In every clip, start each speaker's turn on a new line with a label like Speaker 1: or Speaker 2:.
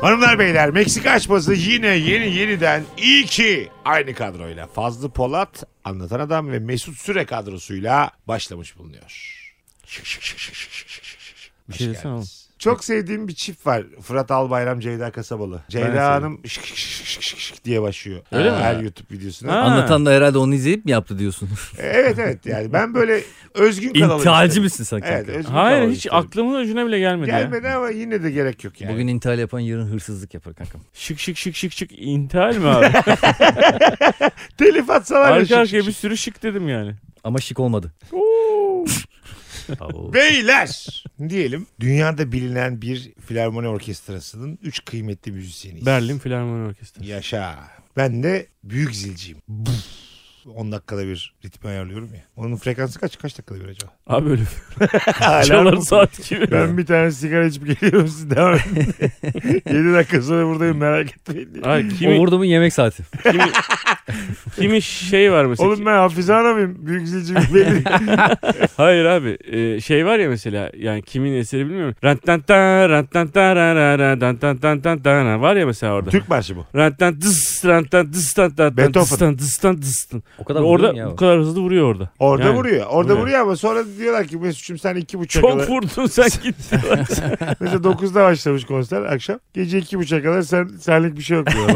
Speaker 1: Hanımlar beyler Meksika açması yine yeni yeniden iyi ki aynı kadroyla Fazlı Polat, Anlatan Adam ve Mesut Süre kadrosuyla başlamış bulunuyor. Şık şık şık şık şık şık şık şık.
Speaker 2: Bir şey
Speaker 1: Hoş
Speaker 2: desene
Speaker 1: geldiniz. Çok sevdiğim bir çift var. Fırat Albayram, Ceyda Kasabalı. Ceyda Hanım şık şık şık şık şık şık diye başlıyor.
Speaker 2: Öyle mi?
Speaker 1: Her YouTube videosuna.
Speaker 2: Ha.
Speaker 3: Anlatan da herhalde onu izleyip mi yaptı diyorsun?
Speaker 1: Evet evet yani ben böyle özgün kalalım
Speaker 3: İntihalci
Speaker 1: isterim.
Speaker 3: misin sen
Speaker 1: Evet,
Speaker 3: kanka?
Speaker 1: özgün
Speaker 2: Hayır
Speaker 1: kalalım
Speaker 2: hiç
Speaker 1: isterim.
Speaker 2: aklımın ucuna bile gelmedi, ya.
Speaker 1: Gelmedi ama yine de gerek yok şey yani.
Speaker 3: Bugün intihal yapan yarın hırsızlık yapar kankam.
Speaker 2: Şık şık şık şık şık intihal mi abi?
Speaker 1: Telif atsalar ya şık
Speaker 2: Arka
Speaker 1: şık
Speaker 2: arkaya
Speaker 1: şık.
Speaker 2: bir sürü şık dedim yani.
Speaker 3: Ama şık olmadı.
Speaker 1: Beyler diyelim dünyada bilinen bir filarmoni orkestrasının üç kıymetli müzisyeniyiz.
Speaker 2: Berlin Filarmoni Orkestrası.
Speaker 1: Yaşa. Ben de büyük zilciyim. Buf. 10 dakikada bir ritmi ayarlıyorum ya. Onun frekansı kaç? Kaç dakikada bir acaba?
Speaker 2: Abi öyle
Speaker 1: Hala
Speaker 2: çalar
Speaker 1: bu-
Speaker 2: saat gibi.
Speaker 1: Ben bir tane sigara içip geliyorum siz devam edin. 7 dakika sonra buradayım merak etmeyin. diye.
Speaker 2: Hayır,
Speaker 3: Kimi...
Speaker 2: kimi,
Speaker 3: Orada mı yemek saati?
Speaker 2: kimi, kimi şey var mesela.
Speaker 1: Oğlum ben Hafize Ana mıyım? Büyük zilciyim belli.
Speaker 2: Hayır abi e, şey var ya mesela yani kimin eseri bilmiyorum. Rantantan rantantan rantantan var ya mesela orada.
Speaker 1: Türk marşı bu.
Speaker 2: Rantan dıs rantan dıs rantan
Speaker 1: Beethoven.
Speaker 2: dıstan dıstan dıstan.
Speaker 3: O kadar vuruyor mu
Speaker 2: Orada
Speaker 3: ya.
Speaker 2: bu kadar hızlı vuruyor orada.
Speaker 1: Orada
Speaker 2: Yani,
Speaker 1: vuruyor. Orada
Speaker 2: vuruyor.
Speaker 1: vuruyor ama sonra diyorlar ki Mesut'cum sen iki buçuk kadar.
Speaker 2: Çok vurdun sen gittin.
Speaker 1: Mesela 9'da başlamış konser akşam. Gece 2.30'a kadar sen, senlik bir şey yok diyor.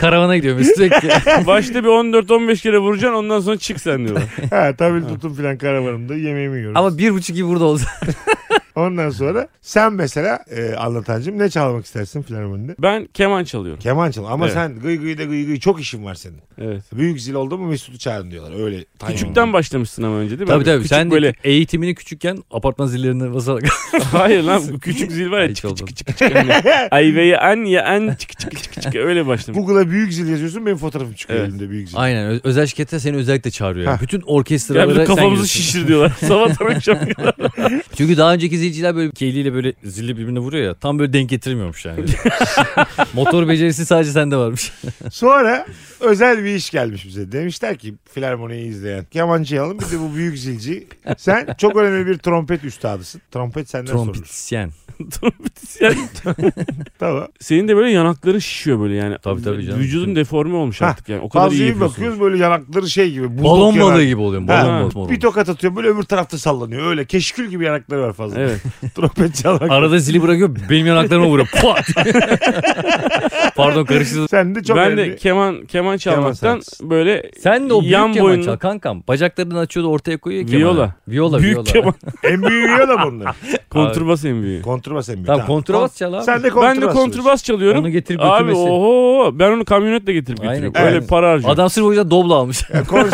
Speaker 3: Karavana gidiyor Mesut sürekli.
Speaker 2: Başta bir 14-15 kere vuracaksın ondan sonra çık sen diyorlar.
Speaker 1: ha tabii tutun filan karavanımda yemeğimi yiyorum.
Speaker 3: Ama bir buçuk gibi burada olsa.
Speaker 1: Ondan sonra sen mesela e, anlatancım ne çalmak istersin filarmonide?
Speaker 2: Ben keman çalıyorum.
Speaker 1: Keman çal ama
Speaker 2: Evet.
Speaker 1: sen gıy gıy da gıy gıy çok işin var senin.
Speaker 2: Evet.
Speaker 1: Büyük zil oldu mu Mesut'u çağırın diyorlar öyle. timing.
Speaker 2: Küçükten başlamışsın ama önce değil mi? Hani
Speaker 3: tabii tabii.
Speaker 2: Küçük
Speaker 3: sen
Speaker 2: böyle.
Speaker 3: böyle... eğitimini küçükken apartman zillerine basarak.
Speaker 2: Hayır lan bu küçük zil var ya
Speaker 3: Hiç
Speaker 2: çık
Speaker 3: olmadı.
Speaker 2: çık çık çık. Hani, Ayveyi an ya an çık çık çık çık. Öyle başlamış.
Speaker 1: Google'a büyük zil yazıyorsun benim fotoğrafım çıkıyor
Speaker 2: Evet.
Speaker 1: elimde büyük zil.
Speaker 3: Aynen. ö- Özel şirkette seni özellikle çağırıyor.
Speaker 1: Ha.
Speaker 3: Yani. Bütün
Speaker 2: Ya
Speaker 3: orkestralara
Speaker 2: bir de
Speaker 3: sen
Speaker 2: kafamızı
Speaker 3: giriyorsun.
Speaker 2: şişir diyorlar. Sabahtan akşam.
Speaker 3: Çünkü daha önceki zilciler böyle keyliyle böyle zilli birbirine vuruyor ya. Tam böyle denk getirmiyormuş yani. Motor becerisi sadece sende varmış.
Speaker 1: Sonra özel bir iş gelmiş bize. Demişler ki filarmoniyi izleyen kemancıyı alın bir de bu büyük zilci. Sen çok önemli bir trompet üstadısın. Trompet senden sorulur.
Speaker 3: Trompetisyen.
Speaker 2: Yani
Speaker 1: Tamam.
Speaker 2: senin de böyle yanakların şişiyor böyle yani.
Speaker 3: Tabii, tabii canım.
Speaker 2: Vücudun deforme olmuş
Speaker 1: Hah,
Speaker 2: artık yani. O kadar
Speaker 1: Bazı
Speaker 2: iyi
Speaker 1: iyi
Speaker 2: yapıyorsun.
Speaker 1: bakıyoruz böyle yanakları şey gibi. buldok
Speaker 3: Balon
Speaker 1: yanak.
Speaker 3: balığı gibi oluyor.
Speaker 1: Ha.
Speaker 3: Balon
Speaker 1: Bir
Speaker 3: balığı.
Speaker 1: tokat atıyor böyle öbür tarafta sallanıyor. Öyle keşkül gibi yanakları var fazla.
Speaker 2: Evet.
Speaker 1: Trompet çalmak.
Speaker 3: Arada zili bırakıyor benim yanaklarıma vuruyor. Pat! Pardon karıştırdım.
Speaker 1: Sen de çok
Speaker 2: ben
Speaker 1: önemli.
Speaker 2: de keman keman çalmaktan
Speaker 1: sanatçısı.
Speaker 2: böyle
Speaker 3: Sen de o büyük
Speaker 2: Yan
Speaker 3: keman
Speaker 2: boyunlu-
Speaker 3: çal kankam. Bacaklarını açıyordu ortaya koyuyor kemanı.
Speaker 2: Viola.
Speaker 3: Viola.
Speaker 2: büyük
Speaker 3: viola.
Speaker 2: keman
Speaker 1: en büyüğü ya da bunlar.
Speaker 2: kontrbas en büyüğü.
Speaker 1: Kontrbas en büyüğü.
Speaker 3: Tamam kontrabas çal abi.
Speaker 1: Sen de kontrbas.
Speaker 2: Ben de kontrbas çalıyorum.
Speaker 3: Onu getirip
Speaker 2: Abi
Speaker 3: götürmesi.
Speaker 2: oho ben onu kamyonetle getirip
Speaker 3: Aynen,
Speaker 2: götürüyorum.
Speaker 1: aynen.
Speaker 2: Öyle para harcıyorum.
Speaker 3: Adam sırf o yüzden doblo almış.
Speaker 1: Ya, kon-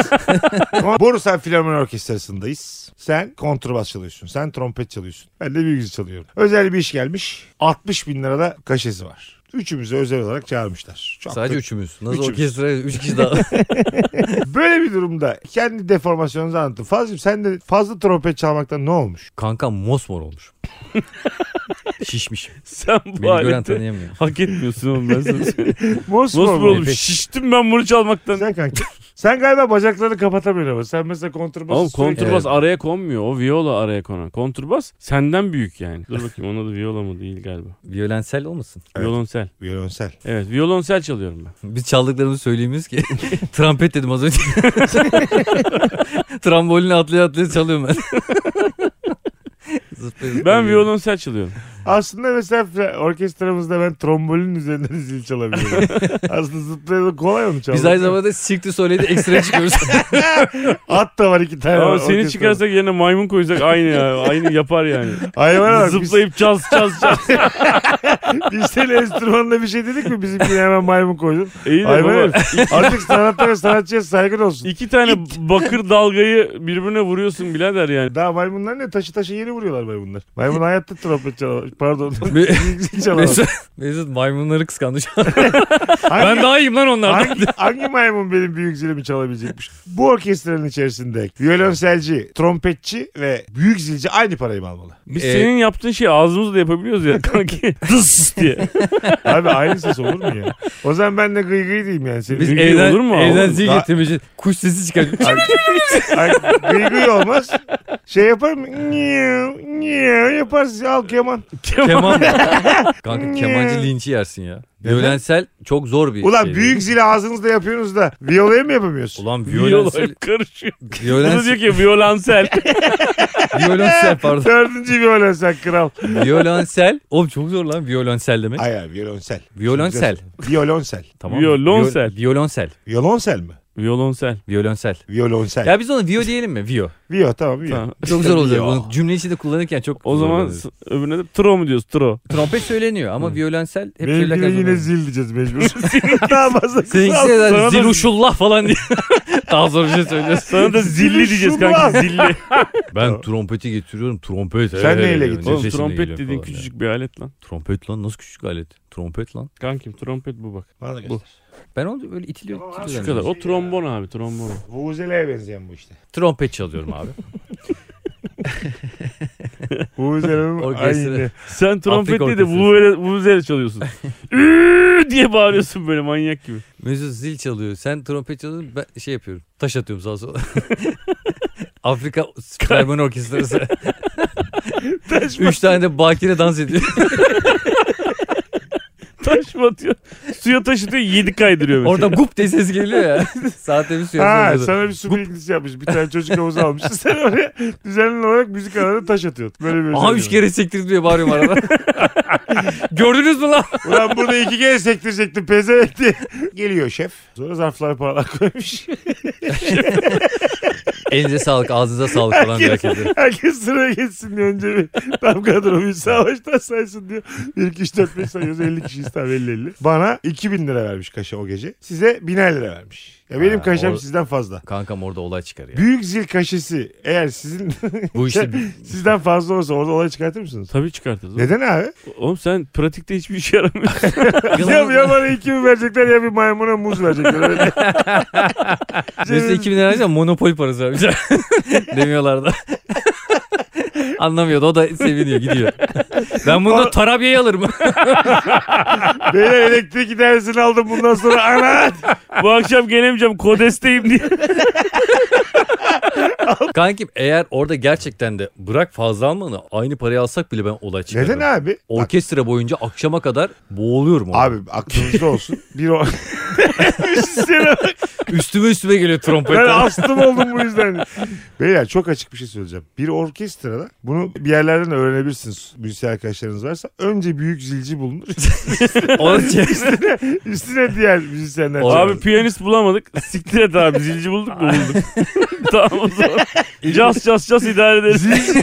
Speaker 1: Borusan Filarmoni Orkestrası'ndayız. Sen kontrbas çalıyorsun. Sen trompet çalıyorsun. Ben de büyük zil çalıyorum. Özel bir iş gelmiş. 60 bin lira da kaşesi var. Üçümüzü özel olarak çağırmışlar. Çok
Speaker 3: Sadece
Speaker 1: da-
Speaker 3: üçümüz. Nasıl
Speaker 1: Üçümüz.
Speaker 3: orkestra? Üç kişi daha.
Speaker 1: Böyle bir durumda kendi deformasyonunuzu anlattın. Fazlım sen de fazla trompet çalmaktan ne olmuş?
Speaker 3: kankam mosmor olmuş. Şişmiş.
Speaker 2: Sen bu
Speaker 3: Beni gören
Speaker 2: aleti
Speaker 3: tanıyamıyor.
Speaker 2: hak etmiyorsun oğlum ben sana söyleyeyim.
Speaker 1: Mosmor
Speaker 2: Nasıl
Speaker 1: mu?
Speaker 2: oğlum şiştim ben bunu çalmaktan.
Speaker 1: Sen kanka. Sen galiba bacaklarını kapatamıyorsun ama. Sen mesela kontrbası
Speaker 2: Oğlum
Speaker 1: sürekli-
Speaker 2: kontrbas araya konmuyor. O viola araya konan. Kontrbas senden büyük yani. Dur bakayım ona da viola mı değil galiba.
Speaker 3: Violensel olmasın.
Speaker 1: Evet.
Speaker 2: Violonsel.
Speaker 1: Violonsel.
Speaker 2: Evet violonsel çalıyorum ben.
Speaker 3: Biz çaldıklarımızı söyleyemiyoruz ki. Trompet dedim az önce. Trambolinle atlaya atlaya çalıyorum ben. Zıplaya zıplaya
Speaker 2: Ben
Speaker 3: gidiyorum.
Speaker 2: violonsel çalıyorum.
Speaker 1: Aslında mesela fla- orkestramızda ben trombolin üzerinden zil çalabiliyorum. Aslında zıplayalı kolay onu çalmak.
Speaker 3: Biz aynı zamanda Cirque du Soleil'de ekstra çıkıyoruz.
Speaker 1: At da var iki tane.
Speaker 2: Ama
Speaker 1: var
Speaker 2: seni
Speaker 1: orkestramızda.
Speaker 2: çıkarsak yerine maymun koysak aynı ya. Aynı yapar yani.
Speaker 1: Hayvana bak. Zıplayıp.
Speaker 2: Zıplayıp çaz çaz çaz.
Speaker 1: Biz, biz senin enstrümanına bir şey dedik mi? Bizimkine hemen maymun koydun.
Speaker 2: İyi de baba.
Speaker 1: Hayvan Artık sanatta ve sanatçıya saygın olsun.
Speaker 2: İki tane bakır dalgayı birbirine vuruyorsun birader yani.
Speaker 1: E Daha maymunlar ne? Taşı taşı yeni vuruyorlar maymunlar. Maymun hayatta trompet çalamaz. Pardon.
Speaker 3: Me-
Speaker 1: zil çalamaz.
Speaker 3: Mesut, Mesut maymunları kıskandı şu an.
Speaker 1: Hangi-
Speaker 3: Ben daha iyiyim lan onlardan.
Speaker 1: Hangi, hangi maymun benim büyük zilimi çalabilecekmiş? Bu orkestranın içerisinde violonselci, trompetçi ve büyük zilci aynı parayı mı almalı?
Speaker 2: Biz
Speaker 3: Ee,
Speaker 2: senin yaptığın şeyi ağzımızla yapabiliyoruz ya kanki. Dıs diye.
Speaker 1: Abi aynı ses olur mu ya? O zaman ben de gıy gıy diyeyim yani. Senin
Speaker 3: Biz e-
Speaker 1: gıy,
Speaker 2: Bilgi
Speaker 3: evden,
Speaker 2: olur mu?
Speaker 3: evden
Speaker 1: Olur.
Speaker 3: zil
Speaker 1: Daha-
Speaker 3: getirmişiz. Kuş sesi çıkartıyor.
Speaker 1: Ay, gıy gıy olmaz. Şey yaparım. Niyav, Niye yaparsın al keman.
Speaker 3: Keman. Kanka
Speaker 1: Ne?
Speaker 3: kemancı linci yersin ya.
Speaker 1: Neden?
Speaker 3: Violensel çok zor bir
Speaker 1: Ulan
Speaker 3: şey.
Speaker 1: büyük zili ağzınızda yapıyorsunuz da violayı mı yapamıyorsun?
Speaker 3: Ulan
Speaker 2: Violensel.
Speaker 3: violensel.
Speaker 2: karışıyor. Bunu diyor
Speaker 3: Violensel.
Speaker 2: ki violensel.
Speaker 3: violensel pardon.
Speaker 1: Dördüncü violen sen kral.
Speaker 3: Violensel. Oğlum çok zor lan violensel demek.
Speaker 1: Hayır hayır, violonsel.
Speaker 3: Violonsel.
Speaker 1: Violonsel.
Speaker 3: Tamam.
Speaker 2: Violonsel.
Speaker 3: Viol- Violonsel.
Speaker 1: Violonsel mi?
Speaker 2: Violonsel.
Speaker 3: Violonsel.
Speaker 1: Violonsel.
Speaker 3: Ya biz ona Vio diyelim mi? Vio.
Speaker 1: Vio tamam vio.
Speaker 2: Tamam.
Speaker 3: Çok zor olacak.
Speaker 1: Vio.
Speaker 3: Bunu cümle içinde kullanırken çok
Speaker 2: O
Speaker 3: zor
Speaker 2: zaman
Speaker 3: oluyor.
Speaker 2: s- öbürüne de tro mu diyoruz tro?
Speaker 3: trompet söyleniyor ama violonsel hep
Speaker 1: Benimkine
Speaker 3: söylerken
Speaker 1: yine
Speaker 3: zorlanıyor.
Speaker 1: zil diyeceğiz mecbur. Daha fazla
Speaker 3: Seninkisi
Speaker 1: kral.
Speaker 3: de
Speaker 2: Sana da-
Speaker 3: zaten ziluşullah falan diye. Daha zor bir şey söylüyorsun.
Speaker 2: Sana da zilli diyeceğiz kanka
Speaker 1: Şunlar.
Speaker 2: zilli.
Speaker 1: Tamam.
Speaker 3: Ben trompeti getiriyorum trompet.
Speaker 1: Sen
Speaker 3: Ee,
Speaker 1: neyle gittin?
Speaker 2: Oğlum
Speaker 3: nefesimle
Speaker 2: trompet
Speaker 3: geliyor
Speaker 2: dediğin
Speaker 3: falan
Speaker 2: küçücük bir alet lan.
Speaker 3: yani. Trompet lan nasıl küçük alet? Trompet lan.
Speaker 2: Kankim trompet bu bak.
Speaker 1: Bana da göster.
Speaker 2: Bu.
Speaker 3: Ben onu böyle itiliyor.
Speaker 1: Tamam
Speaker 3: itiliyor
Speaker 1: abi.
Speaker 2: Şu
Speaker 3: yani.
Speaker 2: kadar. O trombon abi trombon.
Speaker 1: Vuvuzele'ye benzeyen bu işte.
Speaker 3: Trompet çalıyorum abi.
Speaker 1: Vuvuzele'nin
Speaker 3: Orkestra.
Speaker 1: aynı.
Speaker 2: Sen trompetle de
Speaker 3: orkestrası.
Speaker 2: vuvuzela vuvuzela çalıyorsun. Üü diye bağırıyorsun böyle manyak gibi.
Speaker 3: Mesut zil çalıyor. Sen trompet çalıyorsun. Ben şey yapıyorum. Taş atıyorum sağa sola. Afrika Süpermeni Orkestrası. Üç tane de bakire dans ediyor.
Speaker 2: Taş mı atıyor? Suya taşıtıyor yedi kaydırıyor mesela.
Speaker 3: Orada gup diye ses geliyor ya. Saatte bir suya
Speaker 1: Ha
Speaker 3: ha,
Speaker 1: sana bir su bilgisi yapmış. Bir tane çocuk havuza almış. Sen oraya düzenli olarak müzik arada taş atıyorsun. Böyle bir şey
Speaker 3: Aha
Speaker 1: özelliği
Speaker 3: üç kere sektirdim diye bağırıyorum arada. Gördünüz mü lan?
Speaker 1: var. Ulan burada iki kere sektirecektim pezevenk diye. Geliyor şef. Sonra zarflara paralar koymuş.
Speaker 3: Elinize sağlık, ağzınıza sağlık falan diye hareket ediyor.
Speaker 1: Herkes sıraya geçsin diye önce bir tam kadromuş savaştan saysın diyor. 1 2 3 4 5 sayıyoruz 50 kişiyiz tam 50 50. Bana 2000 lira vermiş kaşa o gece. Size 1000'er lira vermiş. Ya benim
Speaker 3: Ha,
Speaker 1: kaşem
Speaker 3: o-
Speaker 1: sizden fazla.
Speaker 3: Kankam orada olay çıkar ya.
Speaker 1: Büyük zil kaşesi eğer sizin
Speaker 3: Bu
Speaker 1: şey-
Speaker 3: işte bir-
Speaker 1: sizden fazla olursa orada olay çıkartır mısınız?
Speaker 2: Tabii çıkartırız. oğlum.
Speaker 1: Neden abi?
Speaker 2: Oğlum sen pratikte hiçbir işe yaramıyorsun.
Speaker 1: ya, ya bana 2000 verecekler ya bir maymuna muz verecekler. Öyle.
Speaker 3: Mesela 2000 lira alacağım monopol parası vermişler. Demiyorlar da. Anlamıyordu o da seviniyor gidiyor. Ben bunu da Tarabya'ya alırım.
Speaker 1: Beyler elektrik idaresini aldım bundan sonra ana
Speaker 2: Bu akşam gelemeyeceğim kodesteyim diye.
Speaker 3: Kankim eğer orada gerçekten de bırak fazla almanı aynı parayı alsak bile ben olay çıkarırım.
Speaker 1: Neden abi? Bak,
Speaker 3: Orkestra boyunca akşama kadar boğuluyorum. orada.
Speaker 1: abi aklınızda olsun. Bir o... şey Müzisyene bak.
Speaker 3: Üstüme üstüme geliyor
Speaker 1: Ben
Speaker 3: trompetler.
Speaker 1: astım oldum bu yüzden. Beyler çok açık bir şey söyleyeceğim. Bir orkestrada bunu bir yerlerden öğrenebilirsiniz müzisyen arkadaşlarınız varsa. Önce büyük zilci bulunur.
Speaker 3: Orkestra-
Speaker 1: üstüne, üstüne diğer müzisyenler.
Speaker 2: Abi
Speaker 1: çalar.
Speaker 2: piyanist bulamadık. Siktir et abi zilci bulduk mu bulduk. tamam o zaman. Cas cas cas idare ederiz.
Speaker 1: zilci.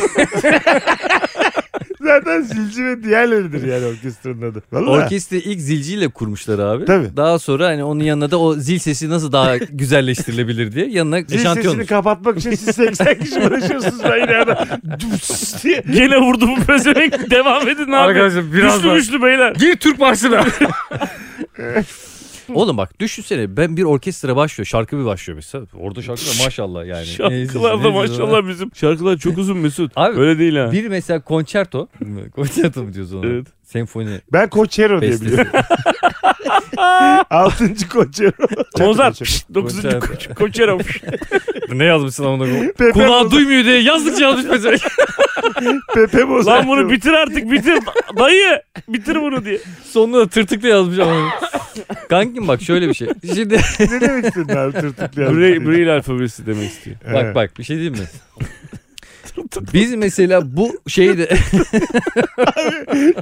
Speaker 1: Zaten zilci ve diğerleridir yani orkestranın adı. Valla.
Speaker 3: Orkestra ilk zilciyle kurmuşlar abi.
Speaker 1: Tabii.
Speaker 3: Daha sonra hani onun yanına da o zil sesi nasıl daha güzelleştirilebilir diye yanına
Speaker 1: Zil sesini
Speaker 3: eşantiyon.
Speaker 1: kapatmak için siz 80 kişi uğraşıyorsunuz ben yine adam dus diye.
Speaker 2: Gene vurdu bu pezevenk. Devam edin abi. güçlü güçlü beyler.
Speaker 3: Gir Türk marşına. Oğlum bak düşünsene ben bir orkestra başlıyor şarkı bir başlıyor mesela. Orada şarkı da maşallah yani.
Speaker 2: Şarkılar da
Speaker 3: Neyse, neyse.
Speaker 2: maşallah bizim. Şarkılar çok uzun Mesut.
Speaker 3: Abi,
Speaker 2: Öyle değil ha.
Speaker 3: Bir mesela konçerto. konçerto mu diyorsun ona?
Speaker 2: Evet.
Speaker 3: Senfoni.
Speaker 1: Ben Koçero diye
Speaker 3: bestesi.
Speaker 1: biliyorum. Altıncı Koçero.
Speaker 2: Mozart.
Speaker 1: Çok-
Speaker 2: pişt, Dokuzuncu
Speaker 3: Konçerto.
Speaker 2: koç, koçero. pişt.
Speaker 3: ne yazmışsın amına
Speaker 1: Pepe
Speaker 3: Kulağı
Speaker 1: Mozart.
Speaker 3: duymuyor diye yazdıkça yazmış mesela.
Speaker 1: Pepe Mozart.
Speaker 2: Lan bunu bitir artık bitir. Dayı bitir bunu diye.
Speaker 3: Sonunda da tırtıkla yazmış ama. Kankim bak şöyle bir şey. Şimdi
Speaker 1: ne demek istedin abi tırtıklayan? şey?
Speaker 2: Braille, Braille alfabesi demek istiyor.
Speaker 1: Evet.
Speaker 3: Bak bak bir şey diyeyim mi? Biz mesela bu şeyi de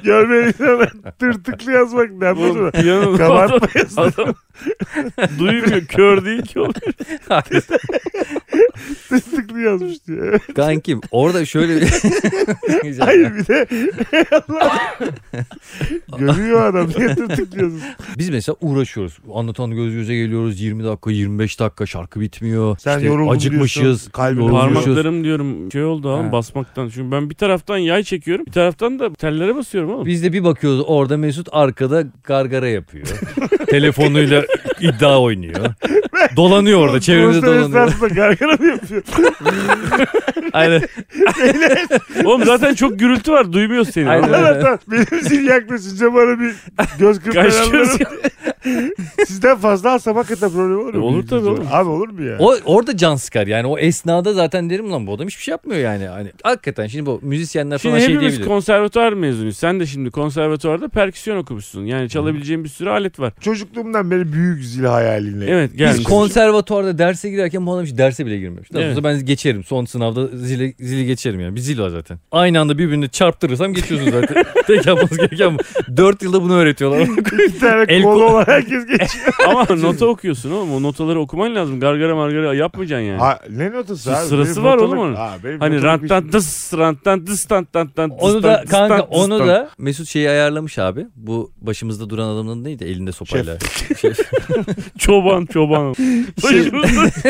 Speaker 1: Görmeyen insana tırtıklı yazmak ne
Speaker 2: Oğlum
Speaker 1: yapıyorsun?
Speaker 2: piyano
Speaker 1: Kabartma yazdı.
Speaker 2: Adam duymuyor kör değil ki oğlum.
Speaker 1: Tırtıklı yazmış diyor. Evet.
Speaker 3: kankim orada şöyle bir
Speaker 1: Hayır bir de Allah. Görüyor adam niye tırtıklıyorsun?
Speaker 3: Biz mesela uğraşıyoruz. Anlatan göz göze geliyoruz 20 dakika 25 dakika şarkı bitmiyor.
Speaker 1: Sen
Speaker 3: İşte
Speaker 1: yoruldun diyorsun,
Speaker 3: acıkmışız.
Speaker 1: kalbin
Speaker 3: yorulmuşuz.
Speaker 2: Parmaklarım diyorum şey oldu abi
Speaker 3: Ha.
Speaker 2: basmaktan. Çünkü ben bir taraftan yay çekiyorum bir taraftan da tellere basıyorum oğlum.
Speaker 3: Biz de bir bakıyoruz orada Mesut arkada gargara yapıyor. Telefonuyla iddia oynuyor. Dolanıyor orada çevremizde
Speaker 1: Konser
Speaker 3: dolanıyor.
Speaker 1: esnasında gargara mı yapıyor?
Speaker 3: Aynen.
Speaker 2: Oğlum zaten çok gürültü var duymuyoruz seni.
Speaker 3: Aynen.
Speaker 2: Aynen.
Speaker 1: Anlatan benim zil yaklaşınca bana bir göz kırpmayanlarım.
Speaker 2: Kaçıyoruz ya.
Speaker 1: Sizden fazla alsam hakikaten problem olur mu?
Speaker 2: Olur tabii, olur.
Speaker 1: Abi olur mu ya?
Speaker 3: O orada can sıkar yani o esnada zaten derim lan bu adam hiçbir şey yapmıyor yani. Hani hakikaten şimdi bu müzisyenler falan
Speaker 2: Şimdi
Speaker 3: şey
Speaker 2: hepimiz
Speaker 3: diyebilir.
Speaker 2: konservatuvar mezunuyuz. Sen de şimdi konservatuvarda perküsyon okumuşsun. Yani çalabileceğin bir sürü alet var.
Speaker 1: Çocukluğumdan beri büyük zil hayaline.
Speaker 2: Evet
Speaker 3: Biz
Speaker 2: gelmiş.
Speaker 3: konservatuvarda derse girerken bu adam hiç derse bile girmemiş. Daha
Speaker 2: Evet.
Speaker 3: sonra ben geçerim. Son sınavda zili, zili geçerim yani. Bir zil var zaten. Aynı anda birbirini çarptırırsam geçiyorsun zaten. Tek yapmanız gereken bu. Dört yılda bunu öğretiyorlar.
Speaker 1: Bir tane
Speaker 3: El
Speaker 1: kolu
Speaker 3: kol-
Speaker 1: olan herkes geçiyor.
Speaker 2: Ama nota okuyorsun oğlum. O notaları okuman lazım. Gargara margara yapmayacaksın yani.
Speaker 1: ha, ne notası abi?
Speaker 2: Sırası
Speaker 1: Benim
Speaker 2: var
Speaker 1: notalık-
Speaker 2: oğlum onun.
Speaker 1: Ha, benim
Speaker 2: Hani
Speaker 1: notalık bir
Speaker 2: ranttan dıs, ranttan dıs, tan tan tan dıs,
Speaker 3: onu da
Speaker 2: tan, dıs,
Speaker 3: kanka
Speaker 2: tan, dıs,
Speaker 3: onu
Speaker 2: tan.
Speaker 3: da Mesut şeyi ayarlamış abi. Bu başımızda duran adamın adı neydi? Elinde sopayla. Şef.
Speaker 2: Çoban çoban.
Speaker 3: Şey-
Speaker 2: Başımızda.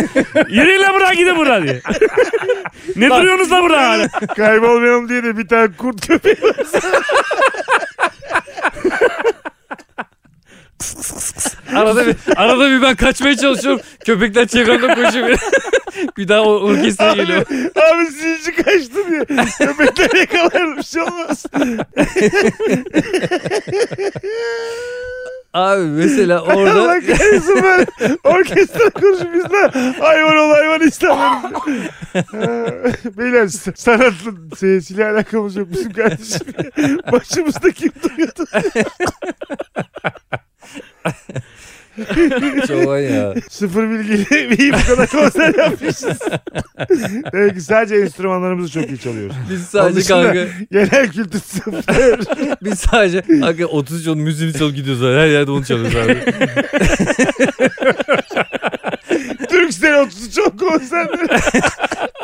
Speaker 2: Yürü la bura gidin bura diye. ne duruyorsunuz la bura hala?
Speaker 1: şey- Kaybolmayalım diye de bir tane kurt köpeği var.
Speaker 3: arada bir, arada bir ben kaçmaya çalışıyorum. Köpekler çevremde koşuyor. bir daha o orkestra geliyor.
Speaker 1: Abi zilci kaçtı diye. Köpekler yakalar bir şey olmaz.
Speaker 3: Abi mesela orada
Speaker 1: Allah kahretsin ben. Orkestra kuruşu bizden. Hayvan ol hayvan istemiyoruz. Beyler s- sanatlı seyirciyle alakamız yok bizim kardeşim. Başımızda kim duruyordu?
Speaker 3: çoban ya.
Speaker 1: Sıfır bilgiyle iyi bu kadar konser yapmışız. Demek ki sadece enstrümanlarımızı çok iyi çalıyoruz.
Speaker 3: Biz
Speaker 1: Onun
Speaker 3: sadece
Speaker 1: dışında-
Speaker 3: kanka
Speaker 1: Genel kültür sıfır.
Speaker 3: Biz sadece hakikaten 30 yıl müziğini çalıp gidiyoruz abi. Her yerde onu çalıyoruz abi.
Speaker 1: Türksel 30 çok konserleri.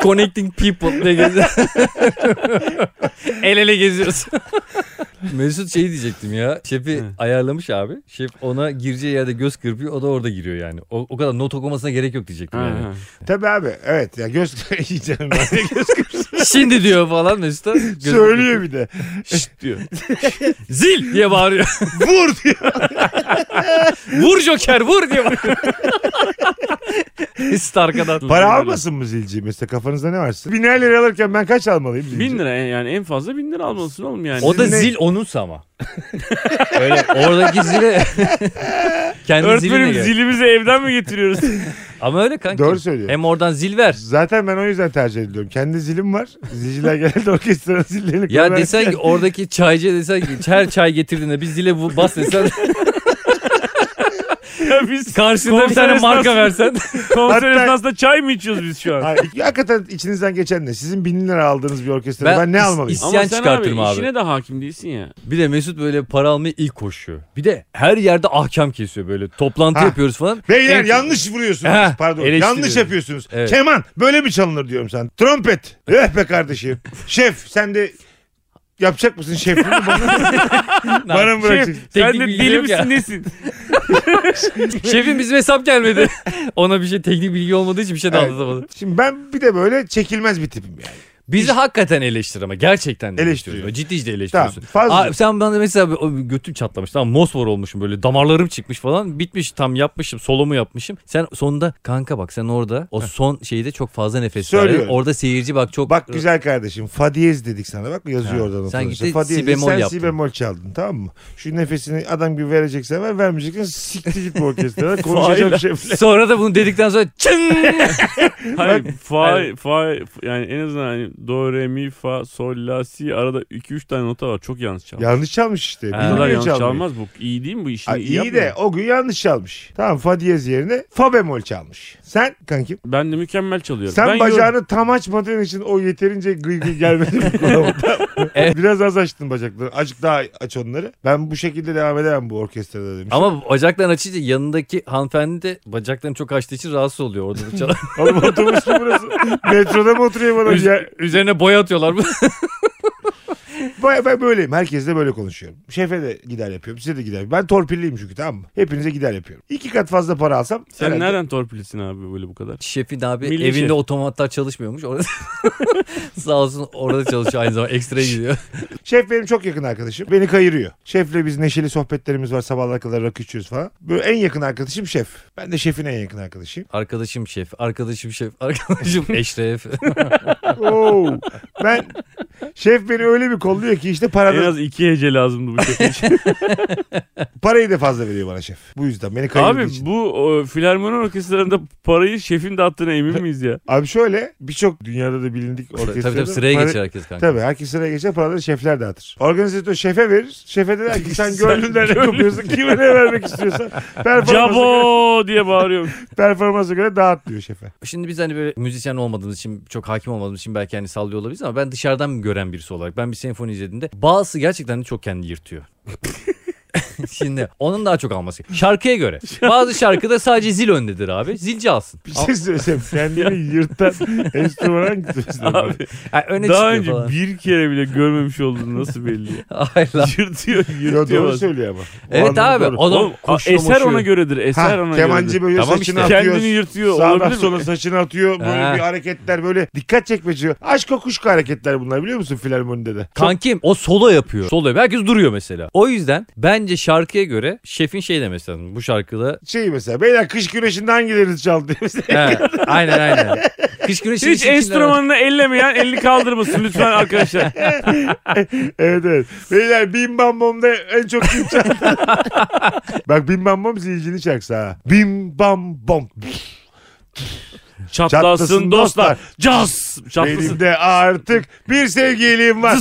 Speaker 3: Connecting people diye geziyoruz. El ele geziyoruz. Mesut şey diyecektim ya. Şefi
Speaker 2: Hı.
Speaker 3: ayarlamış abi. Şef ona gireceği yerde göz kırpıyor. O da orada giriyor yani. O, o kadar not okumasına gerek yok diyecektim
Speaker 2: Ha,
Speaker 3: yani.
Speaker 2: ha.
Speaker 1: Tabii abi evet ya göz yiyeceğim ben. Göz kırpısı.
Speaker 3: Şimdi diyor falan Mesut'a. göz-
Speaker 1: Söylüyor bir de.
Speaker 2: Şşt diyor.
Speaker 3: Zil diye bağırıyor.
Speaker 1: Vur diyor.
Speaker 3: vur Joker vur diye bağırıyor. Mesut arkadan.
Speaker 1: Para almasın mı zilci? Mesela kafanızda ne varsa. Biner lira alırken ben kaç almalıyım zilci?
Speaker 2: Bin lira e, yani en fazla bin lira almalısın oğlum yani.
Speaker 3: O da
Speaker 1: Sizin ne-
Speaker 3: zil onunsa ama. Öyle oradaki zile kendi ziline
Speaker 2: Öğretmenim
Speaker 3: gel.
Speaker 2: zilimizi evden mi getiriyoruz?
Speaker 3: Ama öyle kanka.
Speaker 1: Doğru söylüyor.
Speaker 3: Hem oradan zil ver.
Speaker 1: Zaten ben o yüzden tercih ediyorum. Kendi zilim var. Zilciler genelde orkestranın zillerini
Speaker 3: Ya
Speaker 1: kullanırken-
Speaker 3: desen ki oradaki çaycı desen ki her çay getirdiğinde bir zile bu- bas desen
Speaker 2: Ya biz
Speaker 3: karşılığında bir tane
Speaker 2: Konser
Speaker 3: marka
Speaker 2: esnasında-
Speaker 3: versen.
Speaker 2: konser
Speaker 1: Hatta-
Speaker 2: esnasında çay mı içiyoruz biz şu an?
Speaker 1: Hayır, hakikaten içinizden geçen ne? Sizin bin lira aldığınız bir orkestrada ben,
Speaker 3: Ben
Speaker 1: ne
Speaker 3: is-
Speaker 1: almalıyım?
Speaker 3: is- İsyan çıkartırım abi.
Speaker 2: işine de hakim değilsin ya.
Speaker 3: Bir de Mesut böyle para almaya ilk koşuyor. Bir de her yerde ahkam kesiyor böyle. Toplantı
Speaker 1: Ha.
Speaker 3: yapıyoruz falan.
Speaker 1: Beyler
Speaker 3: En-
Speaker 1: yanlış vuruyorsunuz.
Speaker 3: Heh,
Speaker 1: Pardon.
Speaker 3: eleştiriyorum.
Speaker 1: Yanlış yapıyorsunuz.
Speaker 3: Evet.
Speaker 1: Keman böyle mi çalınır diyorum sen. Trompet. Eh be kardeşim. Şef sen de yapacak mısın şefliğini bana, bana mı bırakacaksın?
Speaker 2: Sen de
Speaker 3: bilgi
Speaker 2: deli
Speaker 3: yok ya.
Speaker 2: misin nesin?
Speaker 3: Şefim bizim hesap gelmedi. Ona bir şey teknik bilgi olmadığı için bir şey de
Speaker 1: Evet.
Speaker 3: anlatamadım.
Speaker 1: Şimdi ben bir de böyle çekilmez bir tipim yani.
Speaker 3: Bizi hakikaten eleştir ama gerçekten de
Speaker 1: Eleştiriyor.
Speaker 3: eleştiriyor. Ciddi ciddi
Speaker 1: Tamam.
Speaker 3: eleştiriyorsun.
Speaker 1: Fazla.
Speaker 3: Aa, sen bana mesela bir- o bir götüm çatlamış tamam mosmor olmuşum böyle damarlarım çıkmış falan bitmiş tam yapmışım solomu yapmışım. Sen sonunda kanka bak sen orada o son şeyde çok fazla nefes verdin.
Speaker 1: Söylüyorum.
Speaker 3: Orada seyirci bak çok
Speaker 1: Bak güzel kardeşim fa diyez dedik sana bak yazıyor
Speaker 3: Ha.
Speaker 1: oradan.
Speaker 3: Sen
Speaker 1: oturunca.
Speaker 3: gitti,
Speaker 1: Fa diyez
Speaker 3: si
Speaker 1: dedik,
Speaker 3: bemol
Speaker 1: sen
Speaker 3: yaptın.
Speaker 1: si bemol çaldın tamam mı? Şu nefesini adam gibi vereceksen ver vermeyeceksen siktir git bu orkestrada konuşacağım şefle.
Speaker 3: Sonra da bunu dedikten sonra çın
Speaker 2: Hayır fa, fa, yani en azından hani do, re, mi, fa, sol, la, si arada 2-3 tane nota var. Çok yanlış çalmış.
Speaker 1: Yanlış çalmış işte.
Speaker 3: Ha.
Speaker 1: E,
Speaker 2: Bu kadar
Speaker 1: Bilmiyor
Speaker 2: yanlış
Speaker 1: çalmayı.
Speaker 2: çalmaz bu. İyi değil mi bu işini?
Speaker 1: Ay, iyi de o gün yanlış çalmış. Tamam fa diyez yerine fa bemol çalmış. Sen kankim
Speaker 2: Ben de mükemmel çalıyorum.
Speaker 1: sen
Speaker 2: ben
Speaker 1: bacağını tam açmadığın için o yeterince gıy gıy gelmedi. bu konuda.
Speaker 3: Evet.
Speaker 1: Biraz az açtın bacakları. Azıcık daha aç onları. Ben bu şekilde devam edemem bu orkestrada demiş.
Speaker 3: Ama bacaklarını açınca yanındaki hanımefendi de bacaklarını çok açtığı için rahatsız oluyor orada da çalar.
Speaker 1: Oğlum otobüs mü burası? Metroda mı oturuyor bana?
Speaker 3: Üz-
Speaker 1: Ya-
Speaker 3: üzerine boya atıyorlar.
Speaker 1: Ben, ben böyleyim. Herkesle böyle konuşuyorum. Şefe de gider yapıyorum. Size de gider. Ben torpilliyim çünkü tamam mı? Hepinize gider yapıyorum. İki kat fazla para alsam.
Speaker 2: Sen
Speaker 1: herhalde-
Speaker 2: nereden torpilisin abi böyle bu kadar?
Speaker 3: Şefin abi
Speaker 2: Milli
Speaker 3: evinde
Speaker 2: şef.
Speaker 3: otomatlar çalışmıyormuş. Orada sağ olsun orada çalışıyor aynı zamanda ekstra gidiyor.
Speaker 1: Şef benim çok yakın arkadaşım. Beni kayırıyor. Şefle biz neşeli sohbetlerimiz var. Sabahlara kadar rakı içiyoruz falan. Böyle en yakın arkadaşım şef. Ben de şefin en yakın arkadaşıyım.
Speaker 3: Arkadaşım şef, arkadaşım şef, arkadaşım eşref.
Speaker 1: Oo. Ben Şef beni öyle bir kolluyor ki işte
Speaker 2: En
Speaker 1: paradan,
Speaker 2: az iki hece lazımdı bu şaka için.
Speaker 1: parayı da fazla veriyor bana şef. Bu yüzden beni kayırdığı
Speaker 2: Abi
Speaker 1: için.
Speaker 2: bu o, filarmoni orkestralarında parayı şefin dağıttığına emin miyiz ya?
Speaker 1: Abi şöyle birçok dünyada da bilindik
Speaker 3: Tabii
Speaker 1: orkestrada.
Speaker 3: tabii sıraya
Speaker 2: hani-
Speaker 1: para-
Speaker 3: geçer herkes kanka.
Speaker 1: Tabii herkes sıraya geçer paraları şefler dağıtır. Organizatör şefe verir. Şefe de der ki sen
Speaker 2: Sen
Speaker 1: gönlünden ne
Speaker 2: gönlünden-
Speaker 1: yapıyorsun kime ne vermek istiyorsan performansa, göre,
Speaker 2: Cabo diye bağırıyorum.
Speaker 1: performansa göre dağıt diyor şefe.
Speaker 3: Şimdi biz hani böyle müzisyen olmadığımız için çok hakim olmadığımız için belki hani sallıyor olabiliriz ama ben dışarıdan gören birisi olarak ben bir senfoni izlediğimde bazısı gerçekten de çok kendini yırtıyor. Şimdi onun daha çok alması. Şarkıya göre. Bazı şarkıda sadece zil öndedir abi. Zilci alsın.
Speaker 1: Bir şey söylesem kendini yırtan enstrüman hangisi?
Speaker 2: Abi
Speaker 3: Yani öne
Speaker 2: daha
Speaker 3: çıkıyor
Speaker 2: önce
Speaker 3: falan.
Speaker 2: bir kere bile görmemiş olduğunu nasıl belli? ya?
Speaker 3: Hayır lan.
Speaker 2: yırtıyor,
Speaker 1: Yo,
Speaker 2: yırtıyor.
Speaker 1: doğru
Speaker 2: bazen.
Speaker 1: söylüyor ama. O
Speaker 3: Evet
Speaker 1: anlamda
Speaker 3: abi.
Speaker 1: doğru.
Speaker 3: Adam
Speaker 2: Oğlum, a- eser ona göredir. Eser
Speaker 1: Ha,
Speaker 2: ona
Speaker 1: kemancı
Speaker 2: göredir.
Speaker 1: böyle
Speaker 3: Tamam
Speaker 1: saçını
Speaker 3: işte.
Speaker 1: atıyor.
Speaker 2: Kendini yırtıyor
Speaker 1: Sağdan
Speaker 2: olabilir mi?
Speaker 1: sola saçını atıyor. Böyle
Speaker 3: Ha.
Speaker 1: bir hareketler böyle dikkat çekmeci. Aşk kokuşku hareketler bunlar biliyor musun filarmonide de?
Speaker 3: Kankim o solo yapıyor. Solo yapıyor. Herkes duruyor mesela. O yüzden bence şarkıya göre şefin şey demesi lazım. Bu şarkıda.
Speaker 1: Şey mesela beyler kış güneşinde hangileriniz çaldı diye mesela.
Speaker 3: He, aynen aynen. Kış güneşi
Speaker 2: Hiç enstrümanını ellemeyen elini kaldırmasın lütfen arkadaşlar.
Speaker 1: evet evet. Beyler Bim Bam Bom'da en çok kim çaldı? Bak Bim Bam Bom zilcini çaksa ha. Bim Bam Bom.
Speaker 2: Çatlasın,
Speaker 1: Çatlasın dostlar.
Speaker 2: dostlar. Caz. Çatlasın.
Speaker 1: Benim de artık bir sevgilim var.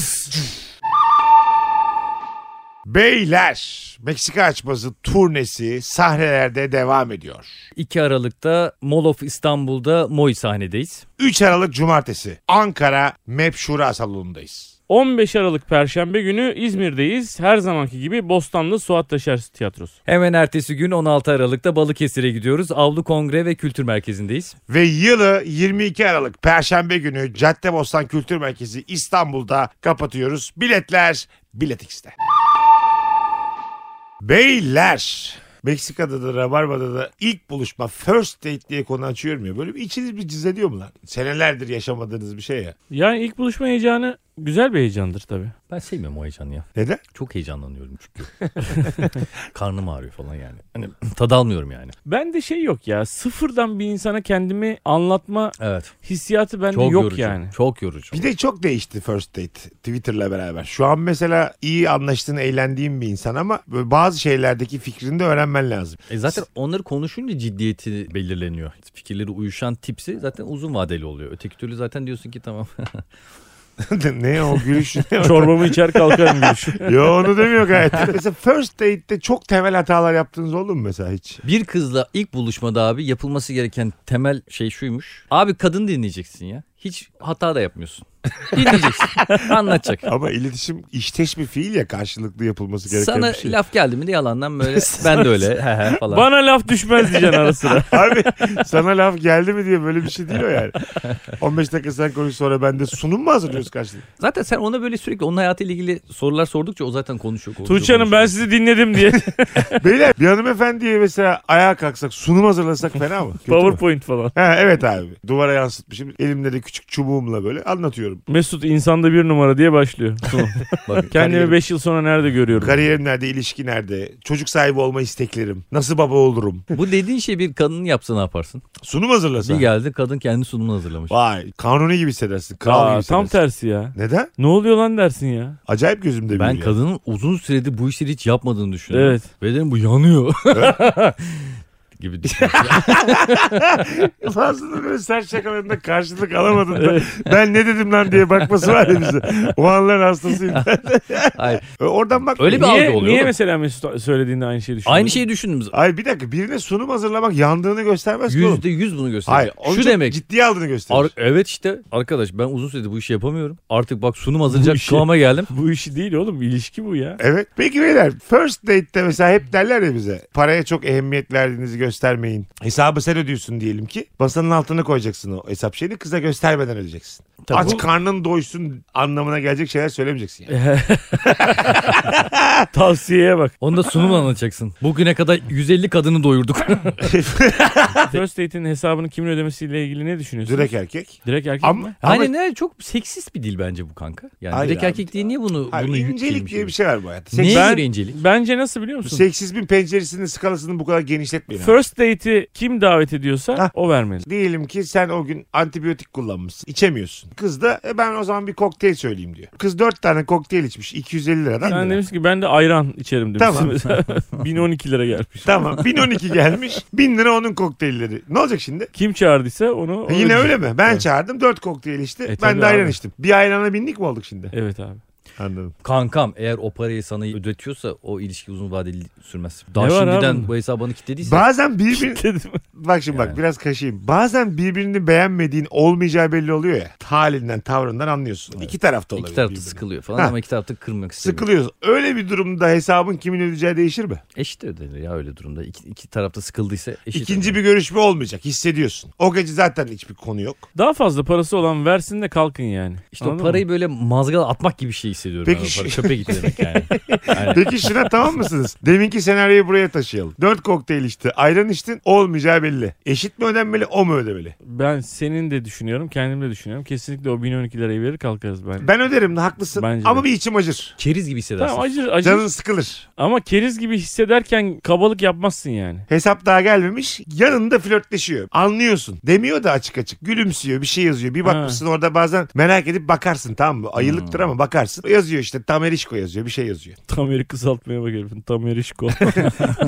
Speaker 1: Beyler Meksika açması turnesi sahnelerde devam ediyor.
Speaker 3: 2 Aralık'ta Mall of İstanbul'da Moy sahnedeyiz.
Speaker 1: 3 Aralık Cumartesi Ankara MEP Şura Salonu'ndayız.
Speaker 2: 15 Aralık Perşembe günü İzmir'deyiz. Her zamanki gibi Bostanlı Suat Taşer Tiyatrosu.
Speaker 3: Hemen ertesi gün 16 Aralık'ta Balıkesir'e gidiyoruz. Avlu Kongre ve Kültür Merkezi'ndeyiz.
Speaker 1: Ve yılı 22 Aralık Perşembe günü Caddebostan Kültür Merkezi İstanbul'da kapatıyoruz. Biletler Bilet X'de. Beyler Meksika'da da Rabarba'da da ilk buluşma first date diye konu açıyorum ya. Böyle bir içiniz bir cizleniyor mu lan? Senelerdir yaşamadığınız bir şey ya.
Speaker 2: Yani ilk buluşma heyecanı güzel bir heyecandır tabii.
Speaker 3: Ben sevmiyorum o heyecanı ya.
Speaker 1: Neden?
Speaker 3: Çok heyecanlanıyorum çünkü. Karnım ağrıyor falan yani. Hani tad almıyorum yani.
Speaker 2: Ben de şey yok ya sıfırdan bir insana kendimi anlatma
Speaker 3: Evet.
Speaker 2: hissiyatı bende
Speaker 3: Çok
Speaker 2: yok
Speaker 3: yorucu.
Speaker 2: yani.
Speaker 3: Çok yorucu.
Speaker 1: Bir de çok değişti first date Twitter'la beraber. Şu an mesela iyi anlaştığın, eğlendiğin bir insan ama böyle bazı şeylerdeki fikrini de öğrenmen lazım.
Speaker 3: E zaten onları konuşunca ciddiyeti belirleniyor. Fikirleri uyuşan tipsi zaten uzun vadeli oluyor. Öteki türlü zaten diyorsun ki tamam.
Speaker 1: ne o gülüş? ne o?
Speaker 2: Çorbamı içer kalkarım gülüş.
Speaker 1: Yo onu demiyor gayet. mesela first date'te çok temel hatalar yaptığınız oldu mu mesela hiç?
Speaker 3: Bir kızla ilk buluşmada abi yapılması gereken temel şey şuymuş. Abi kadın dinleyeceksin ya. Hiç hata da yapmıyorsun. Dinleyeceksin. Anlatacak.
Speaker 1: Ama iletişim işteş bir fiil ya karşılıklı yapılması gereken
Speaker 3: Sana
Speaker 1: bir şey.
Speaker 3: laf geldi mi de yalandan böyle ben de öyle he he falan.
Speaker 2: Bana laf düşmez diyeceksin ara sıra.
Speaker 1: Abi sana laf geldi mi diye böyle bir şey değil o yani. 15 dakika sen konuş sonra ben de sunum mu hazırlıyoruz karşılıklı?
Speaker 3: Zaten sen ona böyle sürekli onun hayatıyla ilgili sorular sordukça o zaten konuşuyor. konuşuyor
Speaker 2: Tuğçe Hanım ben
Speaker 3: konuşuyor.
Speaker 2: sizi dinledim diye
Speaker 1: Beyler bir hanımefendiye mesela ayağa kalksak sunum hazırlasak fena mı? Kötü mü?
Speaker 2: PowerPoint falan.
Speaker 1: Ha, evet abi. Duvara yansıtmışım. Elimde de küçük çubuğumla böyle anlatıyorum.
Speaker 2: Mesut insanda bir numara diye başlıyor. Tamam.
Speaker 3: Bak,
Speaker 2: Kendimi
Speaker 1: Kariyerim.
Speaker 2: 5 yıl sonra nerede görüyorum?
Speaker 1: Kariyerim nerede, ilişki nerede, çocuk sahibi olma isteklerim, nasıl baba olurum.
Speaker 3: bu dediğin şey bir kadının yapsa ne yaparsın?
Speaker 1: Sunum hazırlasa.
Speaker 3: Bir geldi kadın kendi sunumunu hazırlamış.
Speaker 1: Vay kanuni gibi hissedersin. Kral gibi
Speaker 2: Aa,
Speaker 1: hissedersin.
Speaker 2: tam tersi ya.
Speaker 1: Neden?
Speaker 2: Ne oluyor lan dersin ya.
Speaker 1: Acayip gözümde
Speaker 3: Ben
Speaker 1: büyüyor.
Speaker 3: kadının uzun süredir bu işleri hiç yapmadığını düşünüyorum.
Speaker 2: Evet.
Speaker 3: Ve dedim bu yanıyor. gibi düşünüyorum.
Speaker 1: Fazlının böyle sert şakalarında karşılık alamadın da ben ne dedim lan diye bakması var ya bize. O anların hastasıyım.
Speaker 3: Hayır.
Speaker 1: E, Oradan bak.
Speaker 3: Öyle bir
Speaker 2: niye,
Speaker 3: algı oluyor.
Speaker 2: Niye
Speaker 3: oğlum.
Speaker 2: mesela Mesut söylediğinde aynı şeyi düşünüyorsun?
Speaker 3: Aynı şey- şeyi düşündüm.
Speaker 1: Ay bir dakika birine sunum hazırlamak yandığını göstermez ki oğlum.
Speaker 3: Yüzde yüz bunu gösteriyor.
Speaker 1: Hayır. onu
Speaker 3: Şu
Speaker 1: çok
Speaker 3: demek.
Speaker 1: Ciddiye aldığını gösterir.
Speaker 3: Ar- evet işte arkadaş ben uzun süredir bu işi yapamıyorum. Artık bak sunum
Speaker 2: Bu
Speaker 3: hazırlayacak
Speaker 2: işi-
Speaker 3: kıvama geldim.
Speaker 2: Bu işi değil oğlum ilişki bu ya.
Speaker 1: Evet. Peki beyler first date'te mesela hep derler ya bize paraya çok ehemmiyet verdiğinizi göstermeyin. Hesabı sen ödüyorsun diyelim ki basanın altına koyacaksın o hesap şeyini kıza göstermeden ödeyeceksin.
Speaker 3: Tabii. E,
Speaker 1: Aç
Speaker 3: Bu-
Speaker 1: karnın doysun anlamına gelecek şeyler söylemeyeceksin. Yani.
Speaker 2: Tavsiyeye bak.
Speaker 3: Onu da sunum anlatacaksın. Bugüne kadar 150 kadını doyurduk.
Speaker 2: First date'in hesabını kimin ödemesiyle ilgili ne düşünüyorsun?
Speaker 1: Direkt erkek.
Speaker 2: Direkt erkek
Speaker 1: Ama,
Speaker 2: mi?
Speaker 1: ama
Speaker 3: Aynen ne çok seksist bir dil bence bu kanka. Yani
Speaker 1: Hayır
Speaker 3: direkt
Speaker 1: abi.
Speaker 3: erkek diye niye bunu
Speaker 1: Hayır,
Speaker 3: bunu
Speaker 1: incelik
Speaker 3: yükleyelim?
Speaker 1: diye bir
Speaker 3: şimdi?
Speaker 1: şey var bu hayatta.
Speaker 3: Neye
Speaker 1: Seks,
Speaker 2: Ben-
Speaker 3: göre incelik?
Speaker 1: Şey-
Speaker 2: Bence nasıl biliyor musun?
Speaker 1: seksizmin penceresinin skalasını bu kadar genişletmeyin. abi.
Speaker 2: First First date'i kim davet ediyorsa
Speaker 1: Hah.
Speaker 2: o vermeli.
Speaker 1: Diyelim ki sen o gün antibiyotik kullanmışsın. içemiyorsun. Kız da e, ben o zaman bir kokteyl söyleyeyim diyor. Kız 4 tane kokteyl içmiş. 250 liradan.
Speaker 2: Sen demiş ki ben de ayran içerim demiş.
Speaker 1: Tamam.
Speaker 2: Mesela 1012 lira gelmiş.
Speaker 1: Tamam 1012 gelmiş. 1000 lira onun kokteylleri. Ne olacak şimdi?
Speaker 2: Kim çağırdıysa onu...
Speaker 1: E, yine öyle mi? Ben çağırdım 4 kokteyl içti.
Speaker 2: E,
Speaker 1: ben
Speaker 2: tabii
Speaker 1: de ayran
Speaker 2: abi.
Speaker 1: içtim. Bir ayrana bindik mi olduk şimdi?
Speaker 2: Evet abi.
Speaker 1: Anladım.
Speaker 3: Kankam eğer o parayı sana ödetiyorsa o ilişki uzun vadeli sürmez. Daha
Speaker 2: Ne var
Speaker 3: şimdiden
Speaker 2: abi?
Speaker 3: bu hesabını kilitlediyse.
Speaker 1: Bazen birbirini...
Speaker 2: Dedim.
Speaker 1: Bak şimdi bak
Speaker 3: Yani.
Speaker 1: biraz kaşıyım. Bazen birbirini beğenmediğin olmayacağı belli oluyor ya. Halinden tavrından anlıyorsun. İki tarafta olabilir.
Speaker 3: İki tarafta
Speaker 1: birbirine.
Speaker 3: sıkılıyor falan
Speaker 1: Ha.
Speaker 3: ama iki tarafta kırmak istemiyor.
Speaker 1: Sıkılıyorsun. Öyle bir durumda hesabın kimin ödeyeceği değişir mi?
Speaker 3: Eşit ödenir ya öyle durumda. İki, iki tarafta sıkıldıysa eşit
Speaker 1: İkinci
Speaker 3: ödenir.
Speaker 1: bir görüşme olmayacak hissediyorsun. O gece zaten hiçbir konu yok.
Speaker 2: Daha fazla parası olan versin de kalkın yani.
Speaker 3: İşte o
Speaker 2: Anladın
Speaker 3: parayı böyle mazgala atmak gibi bir şey hissediyorum.
Speaker 1: Peki
Speaker 3: ben o
Speaker 1: şu-
Speaker 3: para. Çöpe gitti demek yani. Aynen.
Speaker 1: Peki şuna tamam mısınız? Deminki senaryoyu buraya taşıyalım. Dört kokteyl içti. Ayran içtin. Olmayacağı belli. Eşit mi ödenmeli o mu ödemeli?
Speaker 2: mı? Ben senin de düşünüyorum, kendim de düşünüyorum. Kesinlikle o 1012 lirayı verir kalkarız ben.
Speaker 1: Ben öderim haklısın.
Speaker 2: Bence
Speaker 1: Ama
Speaker 2: de.
Speaker 1: bir içim acır.
Speaker 3: Keriz gibi hissedersin.
Speaker 2: Tamam acır acır
Speaker 1: Canın sıkılır.
Speaker 2: ama keriz gibi hissederken kabalık yapmazsın yani.
Speaker 1: Hesap daha gelmemiş. Yanında flörtleşiyor. Anlıyorsun. Demiyor da açık açık. Gülümsüyor bir şey yazıyor. Bir bakmışsın orada bazen merak edip bakarsın tamam mı? Ayılıktır ama bakarsın. Yazıyor işte Tamerişko yazıyor bir şey yazıyor.
Speaker 2: Tameri kısaltmaya bak herifin. Tameri şiko.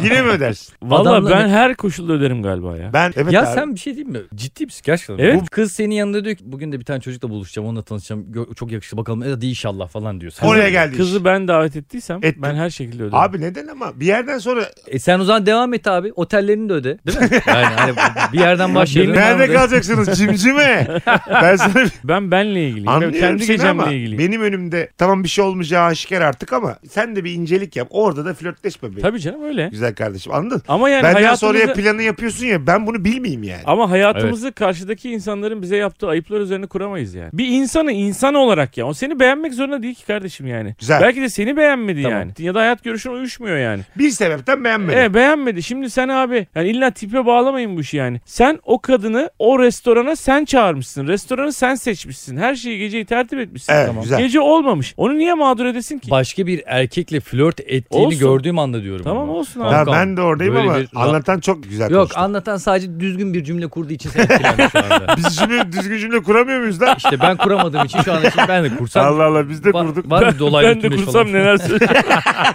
Speaker 1: Yine mi ödersin?
Speaker 2: Valla
Speaker 3: Adamla-
Speaker 2: ben her koşulda öderim galiba ya.
Speaker 1: Ben evet
Speaker 3: ya
Speaker 1: abi.
Speaker 3: sen bir şey değil mi? Ciddi misin gerçekten?
Speaker 2: Evet.
Speaker 3: Bu kız senin yanında diyor ki bugün de bir tane çocukla buluşacağım onunla tanışacağım. Gö- çok yakışıklı bakalım. E hadi inşallah falan diyor. Sen
Speaker 1: oraya geldi. iş.
Speaker 2: Kızı ben davet ettiysem
Speaker 1: Ettim.
Speaker 2: ben her şekilde öderim.
Speaker 1: Abi neden ama bir yerden sonra
Speaker 3: E sen o zaman devam et abi. Otellerini de öde. Değil mi? yani hani bir yerden başlayalım.
Speaker 1: nerede kalacaksınız cimcime? ben sana bir-
Speaker 2: Ben benle ilgili. Ben
Speaker 1: Anlıyorum
Speaker 2: kendi
Speaker 1: seni ama
Speaker 2: gecemle ilgili.
Speaker 1: benim önümde tamam bir şey olmayacağı aşikar artık ama sen de bir incelik yap. Orada da flörtleşme benim.
Speaker 2: Tabii canım öyle.
Speaker 1: Güzel kardeşim anladın?
Speaker 2: Ama yani
Speaker 1: Benden
Speaker 2: hayatımızı...
Speaker 1: sonraya planı yapıyorsun ya ben bunu bilmeyeyim yani.
Speaker 2: Ama hayatımızı karşıdaki insanların bize yaptığı ayıplar üzerine kuramayız yani. Bir insanı insan olarak ya. O seni beğenmek zorunda değil ki kardeşim yani.
Speaker 1: Güzel.
Speaker 2: Belki de seni beğenmedi
Speaker 3: Tamam.
Speaker 2: yani. Ya da hayat görüşün uyuşmuyor yani.
Speaker 1: Bir sebepten beğenmedim.
Speaker 2: E beğenmedi. Şimdi sen abi yani illa tipe bağlamayın bu işi yani. Sen o kadını o restorana sen çağırmışsın. Restoranı sen seçmişsin. Her şeyi geceyi tertip etmişsin.
Speaker 1: Evet, güzel.
Speaker 2: Gece olmamış. Onu niye mağdur edesin ki?
Speaker 3: Başka bir erkekle flört ettiğini
Speaker 2: Olsun.
Speaker 3: gördüğüm anda diyorum.
Speaker 2: Tamam
Speaker 3: ama.
Speaker 2: olsun abi.
Speaker 1: Ya
Speaker 3: Tamam.
Speaker 1: ben de oradayım
Speaker 3: Böyle
Speaker 1: ama
Speaker 3: bir-
Speaker 1: anlatan çok güzel
Speaker 3: Yok
Speaker 1: konuştu.
Speaker 3: anlatan sadece düzgün bir cümle kurduğu için seni etkilendim şu anda.
Speaker 1: Biz şimdi düzgün cümle kuramıyor muyuz lan?
Speaker 3: İşte ben kuramadığım için şu anda şimdi ben de kursam.
Speaker 1: Allah Allah biz de
Speaker 3: Var-
Speaker 1: kurduk.
Speaker 3: Var mı dolaylı
Speaker 2: ben de
Speaker 3: tümleç
Speaker 2: kursam
Speaker 3: falan?
Speaker 2: neler söyleyeceğim.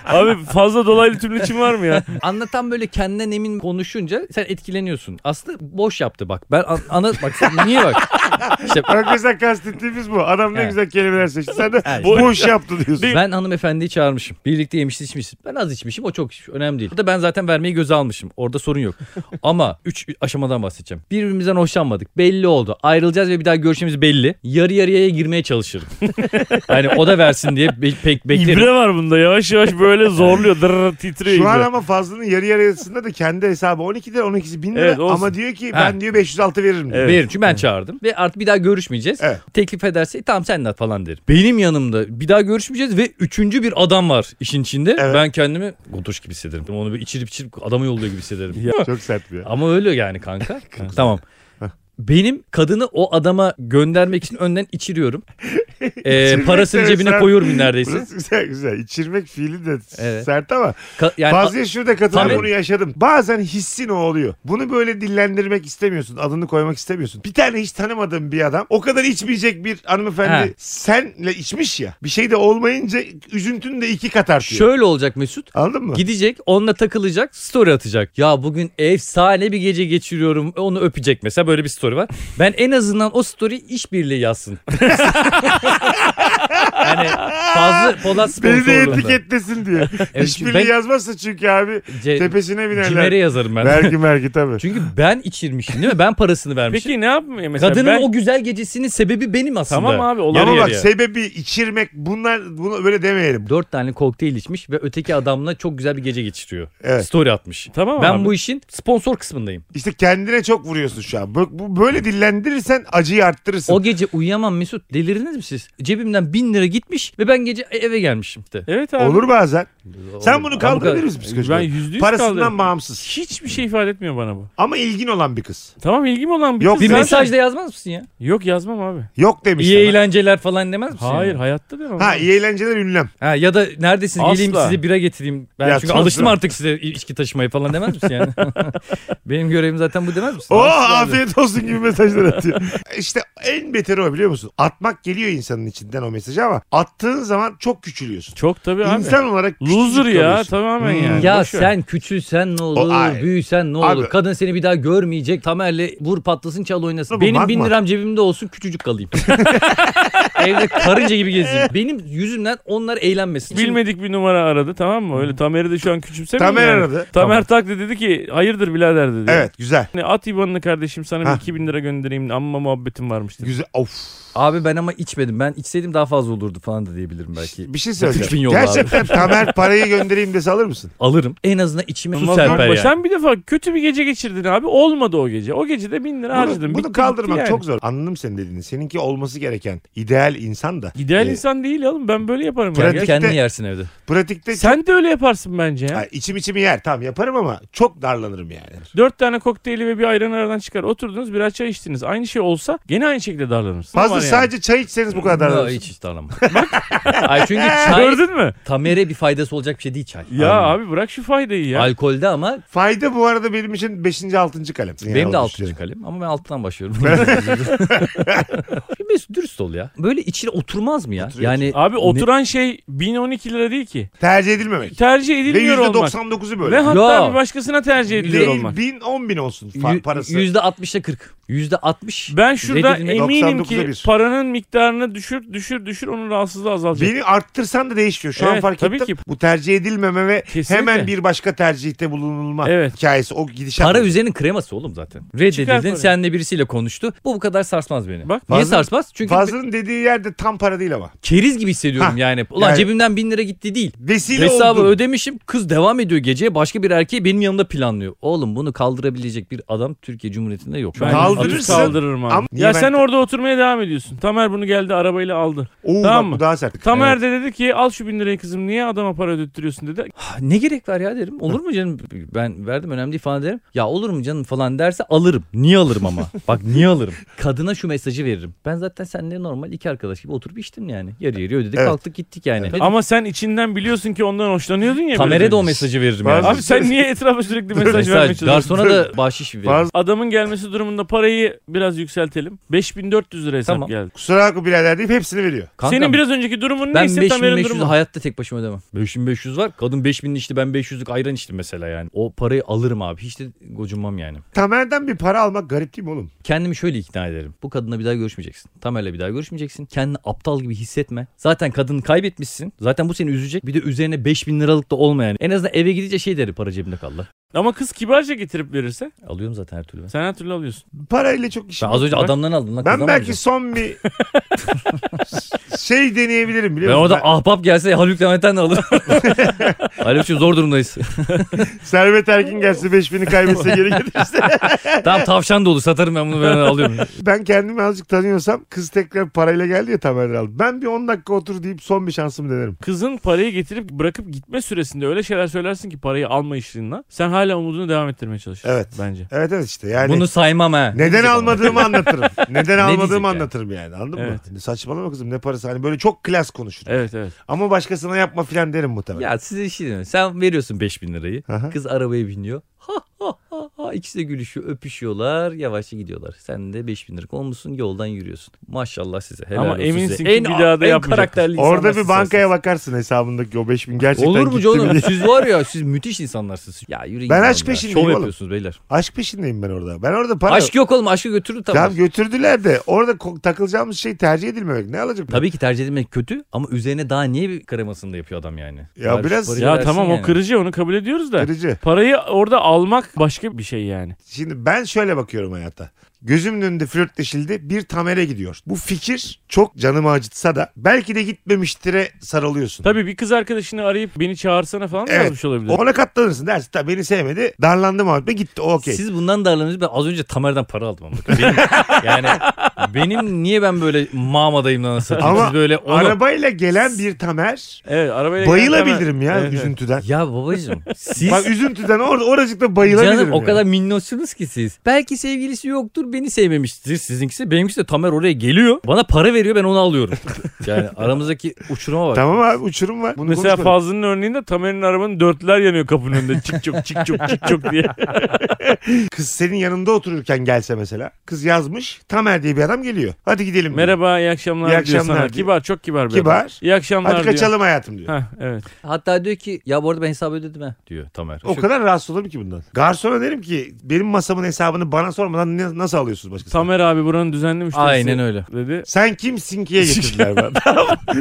Speaker 2: abi fazla dolaylı tümleçim var mı ya?
Speaker 3: Anlatan böyle kendinden emin konuşunca sen etkileniyorsun. Aslı boş yaptı bak. Ben an- ana bak sen niye bak. İşte
Speaker 1: Bak mesela kastettiğimiz bu. Adam ne
Speaker 3: Evet.
Speaker 1: güzel kelimeler seçti. Sen de
Speaker 3: Evet.
Speaker 1: boş yaptı diyorsun.
Speaker 3: ben hanımefendiyi çağırmışım. Birlikte yemişiz içmişiz. Ben az içmişim o çok içmiş. Önemli değil. Burada ben zaten vermeyi göze almışım. Orada sorun yok. Ama 3 aşamadan bahsedeceğim. Birbirimizden hoşlanmadık. Belli oldu. Ayrılacağız ve bir daha görüşmemiz belli. Yarı yarıya girmeye çalışırım. yani o da versin diye be- pek beklerim.
Speaker 2: İbre var bunda. Yavaş yavaş böyle zorluyor. Dırr, titriyor.
Speaker 1: Şu an
Speaker 2: ibre.
Speaker 1: ama Fazlı'nın yarı yarısında da kendi hesabı 12 lira 12'si 1000 lira
Speaker 2: Evet, olsun.
Speaker 1: ama diyor ki
Speaker 3: Ha.
Speaker 1: ben diyor 506 veririm diyor.
Speaker 2: Evet.
Speaker 3: Veririm çünkü ben çağırdım. Ve artık bir daha görüşmeyeceğiz.
Speaker 1: Evet.
Speaker 3: Teklif ederse tamam sen de at falan derim. Benim yanımda bir daha görüşmeyeceğiz ve üçüncü bir adam var işin içinde.
Speaker 1: Evet.
Speaker 3: Ben kendimi gotuş gibi hissederim. Onu bir içirip içirip adamı yolluyor gibi hissederim.
Speaker 2: Ya.
Speaker 1: Çok sert bir. yer.
Speaker 3: Ama öyle yani kanka. tamam. Benim kadını o adama göndermek için önden içiriyorum. Ee,
Speaker 1: İçirmek
Speaker 3: parasını
Speaker 1: de
Speaker 3: cebine
Speaker 1: sen-
Speaker 3: koyuyorum neredeyse.
Speaker 1: Burası güzel güzel. İçirmek fiili de
Speaker 3: Evet.
Speaker 1: sert ama
Speaker 3: Ka- yani
Speaker 1: Fazlıya şurada katılıyorum
Speaker 3: Tabii.
Speaker 1: bunu yaşadım. Bazen hissin o oluyor. Bunu böyle dillendirmek istemiyorsun. Adını koymak istemiyorsun. Bir tane hiç tanımadığın bir adam o kadar içmeyecek bir hanımefendi
Speaker 3: He.
Speaker 1: senle içmiş ya. Bir şey de olmayınca üzüntün de iki kat artıyor.
Speaker 3: şöyle olacak Mesut.
Speaker 1: Anladın mı?
Speaker 3: Gidecek onunla takılacak story atacak. Ya bugün efsane bir gece geçiriyorum onu öpecek mesela böyle bir story var. Ben en azından o story işbirliği yazsın. yani fazla Polat
Speaker 1: Beni de
Speaker 3: sponsorluğunda.
Speaker 1: etiketlesin diye.
Speaker 3: Evet,
Speaker 1: Hiçbiri
Speaker 3: ben-
Speaker 1: yazmazsa çünkü abi
Speaker 3: Ce-
Speaker 1: tepesine
Speaker 3: Cimer'e
Speaker 1: binerler.
Speaker 3: yazarım ben.
Speaker 1: Vergi mergi tabii.
Speaker 3: Çünkü ben içirmişim değil mi? Ben parasını vermişim.
Speaker 2: Peki ne yapmıyor mesela?
Speaker 3: Kadının
Speaker 2: ben...
Speaker 3: o güzel gecesinin sebebi benim aslında.
Speaker 2: Tamam abi
Speaker 1: Ama
Speaker 2: olabilir.
Speaker 1: bak
Speaker 3: Yarı yarıya.
Speaker 1: sebebi içirmek bunlar bunu böyle demeyelim.
Speaker 3: Dört tane kokteyl içmiş ve öteki adamla çok güzel bir gece geçiriyor.
Speaker 1: Evet.
Speaker 3: Story atmış.
Speaker 2: Tamam
Speaker 3: ben
Speaker 2: abi.
Speaker 3: bu işin sponsor kısmındayım.
Speaker 1: İşte kendine çok vuruyorsun şu an. Bu- bu- Böyle dillendirirsen acıyı arttırırsın.
Speaker 3: O gece uyuyamam Mesut. Delirdiniz mi siz? Cebimden bin lira gitmiş ve ben gece e, eve gelmişim de.
Speaker 2: Evet abi.
Speaker 1: Olur bazen. Sen bunu
Speaker 3: Ben bu kadar-
Speaker 1: kaldırabilir misin psikolojik?
Speaker 2: Ben
Speaker 1: olarak?
Speaker 2: yüzde yüz
Speaker 1: Parasından
Speaker 2: kaldırırım.
Speaker 1: bağımsız.
Speaker 2: Hiçbir şey ifade etmiyor bana bu.
Speaker 1: Ama ilgin olan bir kız.
Speaker 2: Tamam ilgim olan bir
Speaker 1: Yok,
Speaker 2: kız
Speaker 1: bir
Speaker 3: Bir
Speaker 2: zaten-
Speaker 3: mesaj da yazmaz mısın ya?
Speaker 2: Yok yazmam abi.
Speaker 1: Yok demiş
Speaker 3: İyi
Speaker 1: sana.
Speaker 3: eğlenceler falan demez misin?
Speaker 2: Hayır
Speaker 3: yani?
Speaker 2: hayatta demem.
Speaker 1: Ha
Speaker 2: abi.
Speaker 1: iyi eğlenceler ünlem.
Speaker 3: Ha, ya da neredesiniz
Speaker 2: Asla.
Speaker 3: geleyim size bira getireyim. Ben
Speaker 1: Ya,
Speaker 3: çünkü
Speaker 1: tabii.
Speaker 3: alıştım artık size içki taşımaya falan demez misin yani? Benim görevim zaten bu demez misin?
Speaker 1: Oh
Speaker 3: Asla.
Speaker 1: afiyet olsun gibi mesajlar atıyor. işte en beteri o biliyor musun? Atmak geliyor insanın içinden o mesajı ama attığın zaman çok küçülüyorsun.
Speaker 2: Çok tabii abi.
Speaker 1: İnsan olarak küçücük
Speaker 2: Loser ya
Speaker 1: kalıyorsun.
Speaker 2: tamamen
Speaker 1: Hmm.
Speaker 2: yani.
Speaker 3: Ya
Speaker 2: Boş ver.
Speaker 3: sen küçülsen ne olur,
Speaker 1: ay.
Speaker 3: büyüsen ne
Speaker 1: Abi.
Speaker 3: olur. Kadın seni bir daha görmeyecek. Tamer'le vur patlasın çal oynasın.
Speaker 1: Bu
Speaker 3: Benim bin
Speaker 1: magma.
Speaker 3: liram cebimde olsun küçücük kalayım. Evde karınca gibi gezeyim. Benim yüzümden onlar eğlenmesin. Şimdi- Hmm.
Speaker 2: Bilmedik bir numara aradı tamam mı? Öyle Tamer'i de şu an küçümsemeyin.
Speaker 1: Tamer
Speaker 2: yani.
Speaker 1: aradı.
Speaker 2: Tamer taktı dedi ki hayırdır birader dedi.
Speaker 1: Evet güzel.
Speaker 2: Hani at IBAN'ını kardeşim sana
Speaker 1: Ha.
Speaker 2: bir 2000 lira göndereyim amma muhabbetim varmış dedi.
Speaker 1: Güzel. Of.
Speaker 3: Abi ben ama içmedim. Ben içseydim daha fazla olurdu falan da diyebilirim belki.
Speaker 1: Bir şey
Speaker 3: Üç bin
Speaker 1: söyleyeceğim.
Speaker 3: yolla abi.
Speaker 1: Gerçekten Tamer parayı göndereyim dese alır mısın?
Speaker 3: Alırım. En azından içime su
Speaker 2: Olmaz
Speaker 3: serper
Speaker 2: ama
Speaker 3: yani.
Speaker 2: Sen bir defa kötü bir gece geçirdin abi. Olmadı o gece. O gece de 1000 lira
Speaker 1: Bunu,
Speaker 2: harcadın.
Speaker 1: bunu
Speaker 2: Bitti, gitti
Speaker 1: kaldırmak
Speaker 2: yani.
Speaker 1: çok zor. Anladım senin dediğini. Seninki olması gereken ideal insan da.
Speaker 2: İdeal
Speaker 1: Ee,
Speaker 2: insan değil oğlum. Ben böyle yaparım
Speaker 1: Pratik-
Speaker 2: yani.
Speaker 3: Kendini
Speaker 1: Pratikte-
Speaker 3: yersin evde.
Speaker 1: Pratikte
Speaker 2: Sen de öyle yaparsın bence ya.
Speaker 1: Ay, içim içimi yer. Tamam yaparım ama çok darlanırım yani.
Speaker 2: Dört tane kokteyli ve bir ayran aradan çıkar. Oturdunuz birer çay içtiniz. Aynı şey olsa gene aynı şekilde darlanırsın.
Speaker 1: Fazla
Speaker 2: Var yani.
Speaker 1: sadece çay içseniz bu kadar
Speaker 3: Yok,
Speaker 1: darlanırsın.
Speaker 3: hiç hiç darlamam. Ay çünkü çay
Speaker 2: Gördün mü?
Speaker 3: Tamer'e bir faydası olacak bir şey değil çay.
Speaker 2: Ya
Speaker 3: Anladın mı?
Speaker 2: abi bırak şu faydayı ya.
Speaker 3: Alkolde ama
Speaker 1: Fayda bu arada benim için 5. 6. kalem.
Speaker 3: Benim de
Speaker 1: Yani
Speaker 3: altıncı kalem ama ben alttan başlıyorum. Bir Mesut dürüst ol ya. Böyle içine oturmaz mı ya?
Speaker 1: Oturuyor.
Speaker 3: Yani
Speaker 2: Abi oturan şey 1012 lira değil ki.
Speaker 1: Tercih edilmemek.
Speaker 2: Tercih
Speaker 1: Ve
Speaker 2: edilmiyor olmak.
Speaker 1: %99'u
Speaker 2: Ve
Speaker 1: böyle.
Speaker 2: hatta
Speaker 3: Ya.
Speaker 2: bir başkasına tercih ediliyor
Speaker 1: Değil,
Speaker 2: olmak.
Speaker 1: bin, on bin olsun fa- parası.
Speaker 3: yüzde %60'a 40. Yüzde %60
Speaker 2: Ben şurada
Speaker 3: reddedilmek-
Speaker 2: eminim
Speaker 1: 99'a
Speaker 2: ki
Speaker 1: bir.
Speaker 2: paranın miktarını düşür düşür düşür onun rahatsızlığı azalacak.
Speaker 1: Beni arttırsan da değişiyor. Şu an
Speaker 2: Evet,
Speaker 1: fark
Speaker 2: tabii
Speaker 1: ettim.
Speaker 2: ki.
Speaker 1: Bu tercih edilmeme ve
Speaker 2: Kesinlikle.
Speaker 1: hemen bir başka tercihte bulunulma
Speaker 2: Evet.
Speaker 1: hikayesi. O gidişat.
Speaker 3: Para üzerinin kreması oğlum zaten.
Speaker 2: Çıkar
Speaker 3: Reddedildin
Speaker 2: parayı.
Speaker 3: senle birisiyle konuştu. Bu bu kadar sarsmaz beni.
Speaker 2: Bak,
Speaker 3: Niye
Speaker 1: fazla-
Speaker 3: sarsmaz? Çünkü
Speaker 1: Fazlının dediği yerde tam para değil ama.
Speaker 3: keriz gibi hissediyorum
Speaker 1: Ha,
Speaker 3: yani. Ulan
Speaker 1: yani-
Speaker 3: cebimden bin lira gitti değil.
Speaker 1: Vesile
Speaker 3: Hesabı
Speaker 1: oldun.
Speaker 3: ödemişim. Kız devam ediyor geceye. Başka bir erkeği benim yanımda planlıyor. Oğlum bunu kaldırabilecek bir adam Türkiye Cumhuriyeti'nde yok.
Speaker 2: Ben
Speaker 1: Kaldırırsın.
Speaker 2: atıp kaldırırım abi.
Speaker 1: Ama- Niye
Speaker 2: ya
Speaker 1: ben-
Speaker 2: sen orada oturmaya devam ediyorsun. Tamer bunu geldi arabayla aldı.
Speaker 1: Oo,
Speaker 2: Tamam
Speaker 1: bak,
Speaker 2: mı?
Speaker 1: bu daha sert.
Speaker 2: Tamer de dedi ki al şu bin lirayı kızım niye adama para ödettiriyorsun dedi.
Speaker 3: Ha, Ne gerek var ya derim. Olur mu canım? Ben verdim önemli değil falan derim. Ya olur mu canım falan derse alırım. Niye alırım ama? Bak niye alırım? Kadına şu mesajı veririm. Ben zaten seninle normal iki arkadaş gibi oturup içtim yani. Yarı yarıya ödedik
Speaker 1: Evet.
Speaker 3: kalktık gittik yani.
Speaker 2: Ama sen içinden biliyorsun ki ondan hoşlanıyordun ya.
Speaker 3: Tamer'e
Speaker 2: biraz
Speaker 3: de o
Speaker 2: önce.
Speaker 3: mesajı veririm
Speaker 1: Bazı-
Speaker 3: yani.
Speaker 2: Abi sen niye etrafa sürekli mesaj, vermeye
Speaker 3: Mesaj.
Speaker 2: çalışıyorsun?
Speaker 3: Garsona da bahşiş veririm.
Speaker 1: Fazla-
Speaker 2: Adamın gelmesi durumunda parayı biraz yükseltelim. 5400 lira hesap
Speaker 3: Tamam.
Speaker 2: geldi.
Speaker 1: Kusura bakma birader deyip hepsini veriyor.
Speaker 3: Kankam,
Speaker 2: Senin biraz önceki durumun
Speaker 3: ben
Speaker 2: neyse Tamer'in
Speaker 3: 5500
Speaker 2: durumu.
Speaker 3: hayatta tek başıma ödemem. 5500 var. Kadın 5000 içti ben 500'lük ayran içtim mesela yani. O parayı alırım abi. Hiç de gocunmam yani.
Speaker 1: Tamer'den bir para almak garip değil mi oğlum?
Speaker 3: Kendimi şöyle ikna ederim. Bu kadınla bir daha görüşmeyeceksin. Tamer'le bir daha görüşmeyeceksin. Kendini aptal gibi hissetme. Zaten kadını kaybetmişsin. Zaten bu seni üzecek. Bir de üzerine 5000 liralık da olmayan. En azından eve gidince şey derim para cebimde kaldı.
Speaker 2: Ama kız kibarca getirip verirse
Speaker 3: Alıyorum zaten her türlü ben.
Speaker 2: sen her türlü alıyorsun.
Speaker 1: Parayla çok işim
Speaker 3: Ben az önce
Speaker 2: Bak-
Speaker 3: adamdan aldım lan.
Speaker 1: Ben
Speaker 3: kızdan
Speaker 1: belki
Speaker 3: alacağım.
Speaker 1: son bir şey deneyebilirim
Speaker 3: ben
Speaker 1: biliyor musun?
Speaker 3: orada ahbap gelse Haluk Levent'ten de alırım. Haluk'cum zor durumdayız.
Speaker 1: Ben- Servet Erkin gelse 5000'i kaybetse geri gelirse.
Speaker 3: tamam tavşan dolu satarım ben bunu ben alıyorum.
Speaker 1: ben kendimi azıcık tanıyorsam kız tekrar parayla geldi ya Tamer'le aldı. Ben bir 10 dakika otur deyip son bir şansımı denerim.
Speaker 2: Kızın parayı getirip bırakıp gitme süresinde öyle şeyler söylersin ki parayı alma işliğinden. Sen hala umudunu devam ettirmeye çalışırsın
Speaker 1: Evet.
Speaker 2: bence.
Speaker 1: Evet evet işte yani.
Speaker 3: Bunu saymam ha.
Speaker 1: Neden almadığımı anlatırım. Neden
Speaker 3: diyecek
Speaker 1: almadığımı
Speaker 3: yani?
Speaker 1: anlatırım yani anladın
Speaker 2: Evet.
Speaker 1: mı? Saçmalama kızım ne parası hani böyle çok klas konuşurum.
Speaker 2: Evet evet.
Speaker 1: Ama başkasına yapma filan derim muhtemelen.
Speaker 3: Ya size şey diyeyim. mi? Sen veriyorsun 5000 lirayı.
Speaker 1: Aha.
Speaker 3: Kız arabaya biniyor. Ha ha ha ha. İkisi de gülüşüyor, öpüşüyorlar. Yavaşça gidiyorlar. Sen de 5000 lira olmuşsun yoldan yürüyorsun. Maşallah size. Helal
Speaker 2: Ama
Speaker 3: olsun
Speaker 2: eminsin
Speaker 3: size.
Speaker 2: ki bir daha da
Speaker 3: en
Speaker 2: yapmayacak.
Speaker 3: karakterli
Speaker 1: Orada
Speaker 3: insanlarsınız
Speaker 1: bir bankaya
Speaker 3: siz.
Speaker 1: bakarsın hesabındaki o 5000 gerçekten
Speaker 3: Olur mu
Speaker 1: gitti mi
Speaker 3: canım?
Speaker 1: diye.
Speaker 3: Siz var ya siz müthiş insanlarsınız. Ya yürüyün.
Speaker 1: Ben
Speaker 3: lan
Speaker 1: aşk
Speaker 3: ya.
Speaker 1: peşindeyim
Speaker 3: Şov
Speaker 1: oğlum.
Speaker 3: yapıyorsunuz beyler.
Speaker 1: Aşk peşindeyim ben orada. Ben orada para...
Speaker 3: Aşk yok oğlum aşkı götürür tamam.
Speaker 1: Tamam götürdüler de orada ko- takılacağımız şey tercih edilmemek. Ne alacak? bu?
Speaker 3: Tabii ki tercih edilmek kötü ama üzerine daha niye bir kremasını da yapıyor adam yani.
Speaker 1: Ya
Speaker 3: Bari
Speaker 1: biraz-
Speaker 3: şu parayı
Speaker 2: Ya
Speaker 3: versin
Speaker 2: tamam
Speaker 3: yani.
Speaker 2: o kırıcı onu kabul ediyoruz da.
Speaker 1: Kırıcı.
Speaker 2: Parayı orada almak başka bir şey yani.
Speaker 1: Şimdi ben şöyle bakıyorum hayata. Gözümün önünde flörtleşildi bir tamere gidiyor. Bu fikir çok canımı acıtsa da belki de gitmemiştire sarılıyorsun.
Speaker 2: Tabii bir kız arkadaşını arayıp beni çağırsana falan da
Speaker 1: Evet.
Speaker 2: yazmış olabilir.
Speaker 1: Ona katlanırsın dersin. Tabii beni sevmedi. Darlandı muhabbet gitti. O okey.
Speaker 3: Siz bundan darlanıyorsunuz. Ben az önce Tamer'den para aldım ama. Benim- yani Benim niye ben böyle mamadayım lan satayım?
Speaker 1: Ama
Speaker 3: Siz böyle onu...
Speaker 1: Arabayla gelen bir Tamer
Speaker 2: Evet arabayla
Speaker 1: bayılabilirim ya
Speaker 2: geldi hemen. Evet, evet.
Speaker 1: üzüntüden.
Speaker 3: Ya babacığım siz...
Speaker 1: Bak üzüntüden orada oracıkta bayılabilirim.
Speaker 3: Canım o
Speaker 1: yani.
Speaker 3: kadar minnosunuz ki siz. Belki sevgilisi yoktur beni sevmemiştir sizinkisi. Benimkisi de Tamer oraya geliyor. Bana para veriyor ben onu alıyorum. Yani aramızdaki uçuruma bak.
Speaker 1: Tamam abi uçurum var. Bunu
Speaker 2: Mesela
Speaker 1: konuşmadık.
Speaker 2: Fazlı'nın örneğinde Tamer'in arabanın dörtler yanıyor kapının önünde. Çık çok çık çok çık çok diye.
Speaker 1: Kız senin yanında otururken gelse mesela. Kız yazmış. Tamer diye bir adam geliyor. Hadi gidelim. diyor.
Speaker 2: Merhaba iyi akşamlar,
Speaker 1: İyi
Speaker 2: diyor
Speaker 1: akşamlar
Speaker 2: sana.
Speaker 1: diyor.
Speaker 2: Kibar çok kibar bir
Speaker 1: Kibar.
Speaker 2: adam. İyi akşamlar
Speaker 1: Hadi
Speaker 2: diyor.
Speaker 1: kaçalım hayatım diyor.
Speaker 2: Heh, evet.
Speaker 3: Hatta diyor ki ya bu arada ben hesabı ödedim ha diyor Tamer.
Speaker 1: O
Speaker 3: Şu-
Speaker 1: kadar rahatsız olurum ki bundan. Garsona derim ki benim masamın hesabını bana sormadan ne- nasıl alıyorsunuz başkasına?
Speaker 2: Tamer abi buranın düzenli müşterisi.
Speaker 3: Aynen öyle.
Speaker 2: Dedi.
Speaker 1: Sen kimsin ki'ye getirdiler bana.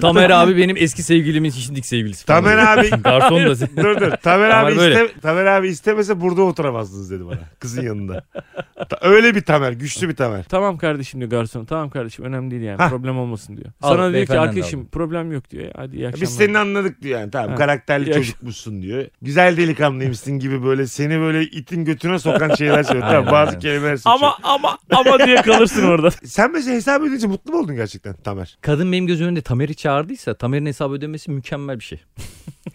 Speaker 3: Tamer abi benim eski sevgilimin şimdiki sevgilisi. falan.
Speaker 1: Tamer abi
Speaker 3: Garson da
Speaker 1: dur dur. Tamer abi,
Speaker 3: böyle.
Speaker 1: iste, Tamer abi istemese burada oturamazdınız dedi bana. Kızın yanında. Ta- Öyle bir Tamer. Güçlü bir Tamer.
Speaker 2: Tamam kardeşim diyor garson. Tamam kardeşim önemli değil yani.
Speaker 1: Hah.
Speaker 2: Problem olmasın diyor.
Speaker 3: Al,
Speaker 2: Sana diyor ki
Speaker 3: beyefendiden de
Speaker 2: arkadaşım problem yok diyor. ya. Hadi iyi akşamlar.
Speaker 1: Biz seni anladık diyor yani. Tamam
Speaker 2: Ha.
Speaker 1: karakterli
Speaker 2: İyi
Speaker 1: çocukmuşsun diyor. Güzel delikanlıymışsın gibi böyle seni böyle itin götüne sokan şeyler söylüyor. Tamam
Speaker 3: Aynen,
Speaker 1: bazı
Speaker 3: aynen.
Speaker 1: kelimeler söylüyor.
Speaker 2: ama ama ama diye kalırsın orada.
Speaker 1: Sen mesela hesap ödeyince mutlu mu oldun gerçekten Tamer?
Speaker 3: Kadın benim göz önünde Tamer'i çağırdıysa Tamer'in hesabı ödemesi mükemmel bir şey.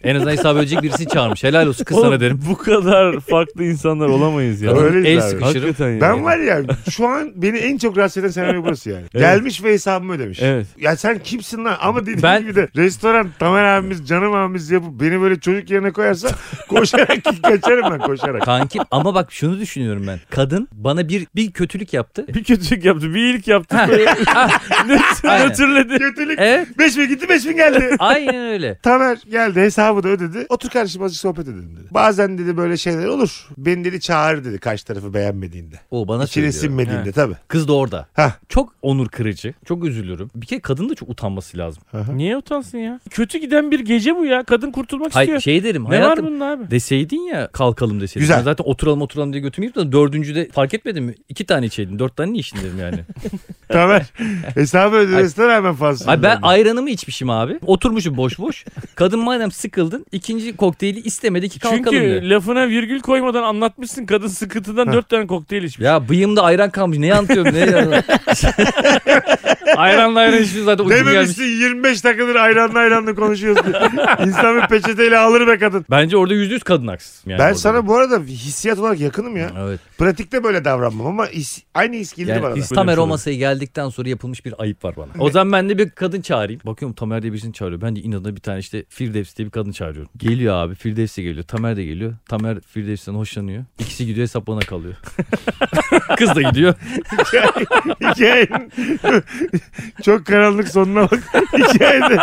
Speaker 3: en azından hesabı ödeyecek birisini çağırmış. Helal olsun kız sana
Speaker 2: Oğlum,
Speaker 3: derim.
Speaker 2: Bu kadar farklı insanlar olamayız ya.
Speaker 1: Kadın-
Speaker 3: Kadın
Speaker 1: Öyleyiz abi.
Speaker 3: el sıkışırım.
Speaker 2: Hakikaten ya.
Speaker 1: Ben var ya şu an beni en çok rahatsız eden senaryo burası yani. Gelmiş ve hesabımı ödemiş.
Speaker 2: Evet.
Speaker 1: Ya sen kimsin lan? Ama dediğim
Speaker 3: Ben-
Speaker 1: gibi de restoran Tamer abimiz, canım abimiz yapıp beni böyle çocuk yerine koyarsa koşarak kaçarım ben koşarak.
Speaker 3: Kanki ama bak şunu düşünüyorum ben. Kadın bana bir bir kötülük yaptı.
Speaker 2: Bir kötülük yaptı. Bir iyilik yaptı.
Speaker 3: Ha.
Speaker 2: Nötr-
Speaker 3: Aynen.
Speaker 2: Nötrledi.
Speaker 1: Kötülük.
Speaker 3: Evet.
Speaker 1: 5 bin gitti 5 bin geldi.
Speaker 3: Aynen öyle.
Speaker 1: Tamer geldi hesabı da ödedi. Otur kardeşim azıcık sohbet edelim dedi. Bazen dedi böyle şeyler olur. Beni dedi çağır dedi karşı tarafı beğenmediğinde.
Speaker 3: O bana
Speaker 1: İçine
Speaker 3: söylüyor.
Speaker 1: sinmediğinde tabii.
Speaker 3: Kız da orada.
Speaker 1: Hah.
Speaker 3: Çok onur kırıcı. Çok üzülürüm. Bir kere kadın da çok utanması lazım.
Speaker 2: Niye utansın ya? Kötü giden bir gece bu ya. Kadın kurtulmak
Speaker 3: Hay,
Speaker 2: istiyor.
Speaker 3: şey derim
Speaker 2: ne var
Speaker 3: hayatım.
Speaker 2: bunun abi?
Speaker 3: Deseydin ya kalkalım deseydin.
Speaker 1: Güzel.
Speaker 3: Ben zaten oturalım oturalım diye götüm gitti. Dördüncüde fark etmedin mi? İki tane içeydin. Dört tane niye içtin dedim yani.
Speaker 1: Tamer hesabı ödemesine rağmen fazla.
Speaker 3: Ay ben ayranımı içmişim abi. Oturmuşum boş boş. Kadın madem sıkıldın ikinci kokteyli istemedi ki kalkalım dedi.
Speaker 2: Çünkü lafına virgül koymadan anlatmışsın kadın sıkıntıdan dört tane kokteyl içmiş.
Speaker 3: Ya bıyığımda ayran kalmış. Ne anlatıyorum? Ne Ayranla ayran içmiş zaten uykum gelmiş.
Speaker 1: Dememişsin 25 dakikadır ayranla ayranla konuşuyoruz diye. İnsan bir peçeteyle alır be kadın.
Speaker 3: Bence orada yüzde yüz kadın haksız. Yani
Speaker 1: ben
Speaker 3: orada.
Speaker 1: sana bu arada hissiyat olarak yakınım ya.
Speaker 3: Evet.
Speaker 1: Pratikte böyle davranmam ama his- aynı his geldi
Speaker 3: Yani
Speaker 1: bana. da.
Speaker 3: biz Tamer o masaya geldikten sonra yapılmış bir ayıp var bana. O zaman ben de bir kadın çağırayım. Bakıyorum Tamer diye birisini çağırıyor. Ben de inadına bir tane işte Firdevs diye bir kadın çağırıyorum. Geliyor abi Firdevs de geliyor. Tamer de geliyor. Tamer Firdevs'ten hoşlanıyor. İkisi gidiyor hesap bana kalıyor. Kız da gidiyor.
Speaker 1: Hikayenin çok karanlık sonuna bak. Hikayede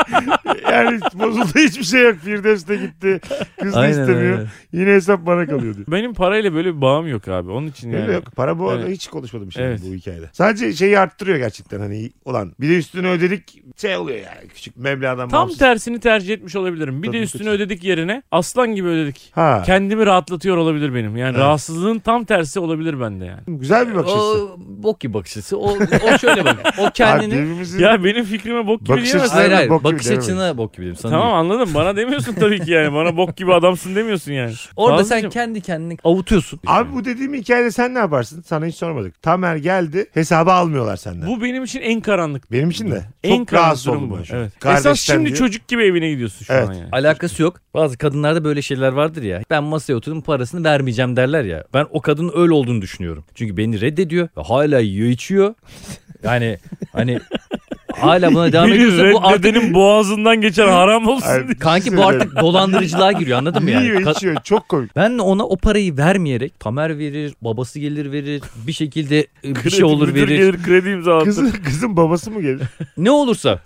Speaker 1: yani bozuldu hiçbir şey yok. Firdevs de gitti. Kız da istemiyor.
Speaker 3: öyle.
Speaker 1: Yine hesap bana kalıyor diyor.
Speaker 2: Benim parayla böyle bir bağım yok abi. Onun için
Speaker 1: Öyle
Speaker 2: yani.
Speaker 1: yok. Para bu arada
Speaker 2: Evet.
Speaker 1: hiç konuşmadım şimdi
Speaker 2: Evet.
Speaker 1: bu hikayede. Sadece şeyi arttırıyor gerçekten hani olan. Bir de üstüne ödedik şey oluyor yani küçük meblağdan
Speaker 2: Tam
Speaker 1: bağımsız.
Speaker 2: tersini tercih etmiş olabilirim. Bir
Speaker 1: Tabii
Speaker 2: de üstüne
Speaker 1: kötü.
Speaker 2: ödedik yerine aslan gibi ödedik.
Speaker 1: Ha.
Speaker 2: Kendimi rahatlatıyor olabilir benim. Yani
Speaker 1: Evet.
Speaker 2: rahatsızlığın tam tersi olabilir bende yani.
Speaker 1: Güzel bir bakış açısı.
Speaker 3: O bok gibi bakış açısı. O, o şöyle bak. O kendini...
Speaker 1: Abi birbirimizin-
Speaker 2: Ya benim fikrime bok gibi
Speaker 1: Bakış
Speaker 2: diyemezsin.
Speaker 1: açısı-
Speaker 3: Hayır hayır.
Speaker 1: bok gibi
Speaker 3: Bakış
Speaker 1: demedim.
Speaker 3: açına bok gibi dedim. Sana
Speaker 2: Tamam
Speaker 3: değil.
Speaker 2: anladım. Bana demiyorsun tabii ki yani. Bana bok gibi adamsın demiyorsun yani.
Speaker 3: Orada sen
Speaker 2: Fazlıcığım,
Speaker 3: kendi kendini avutuyorsun.
Speaker 1: Abi bu dediğim hikayede sen ne yaparsın? Sana hiç sormadık. Tamer geldi. Hesabı almıyorlar senden.
Speaker 2: bu benim için en karanlık.
Speaker 1: Benim için de.
Speaker 2: en
Speaker 1: Çok rahatsız
Speaker 2: durum
Speaker 1: oldum
Speaker 2: bu.
Speaker 1: ben şu an.
Speaker 2: Evet.
Speaker 1: Kardeşten
Speaker 2: Esas şimdi
Speaker 1: diyor.
Speaker 2: çocuk gibi evine gidiyorsun şu
Speaker 1: Evet.
Speaker 2: an yani.
Speaker 3: Alakası yok. Bazı kadınlarda böyle şeyler vardır ya. Ben masaya oturdum parasını vermeyeceğim derler ya. Ben o kadının öyle olduğunu düşünüyorum. Çünkü beni reddediyor ve hala yiyor içiyor. Yani hani hala buna devam ediyorsa
Speaker 2: Biri
Speaker 3: bu artık
Speaker 2: reddedenin boğazından geçer haram olsun
Speaker 1: Ay,
Speaker 2: diye.
Speaker 3: kanki bu artık dolandırıcılığa giriyor anladın mı yani?
Speaker 1: Yiyor
Speaker 3: Ka-
Speaker 1: içiyor çok komik.
Speaker 3: ben ona o parayı vermeyerek Tamer verir, babası gelir verir, bir şekilde e, bir şey
Speaker 2: Kredi
Speaker 3: olur
Speaker 2: müdür
Speaker 3: verir.
Speaker 2: Gelir, kredi imzalatır.
Speaker 1: Kızın, kızın babası mı gelir?
Speaker 3: Ne olursa.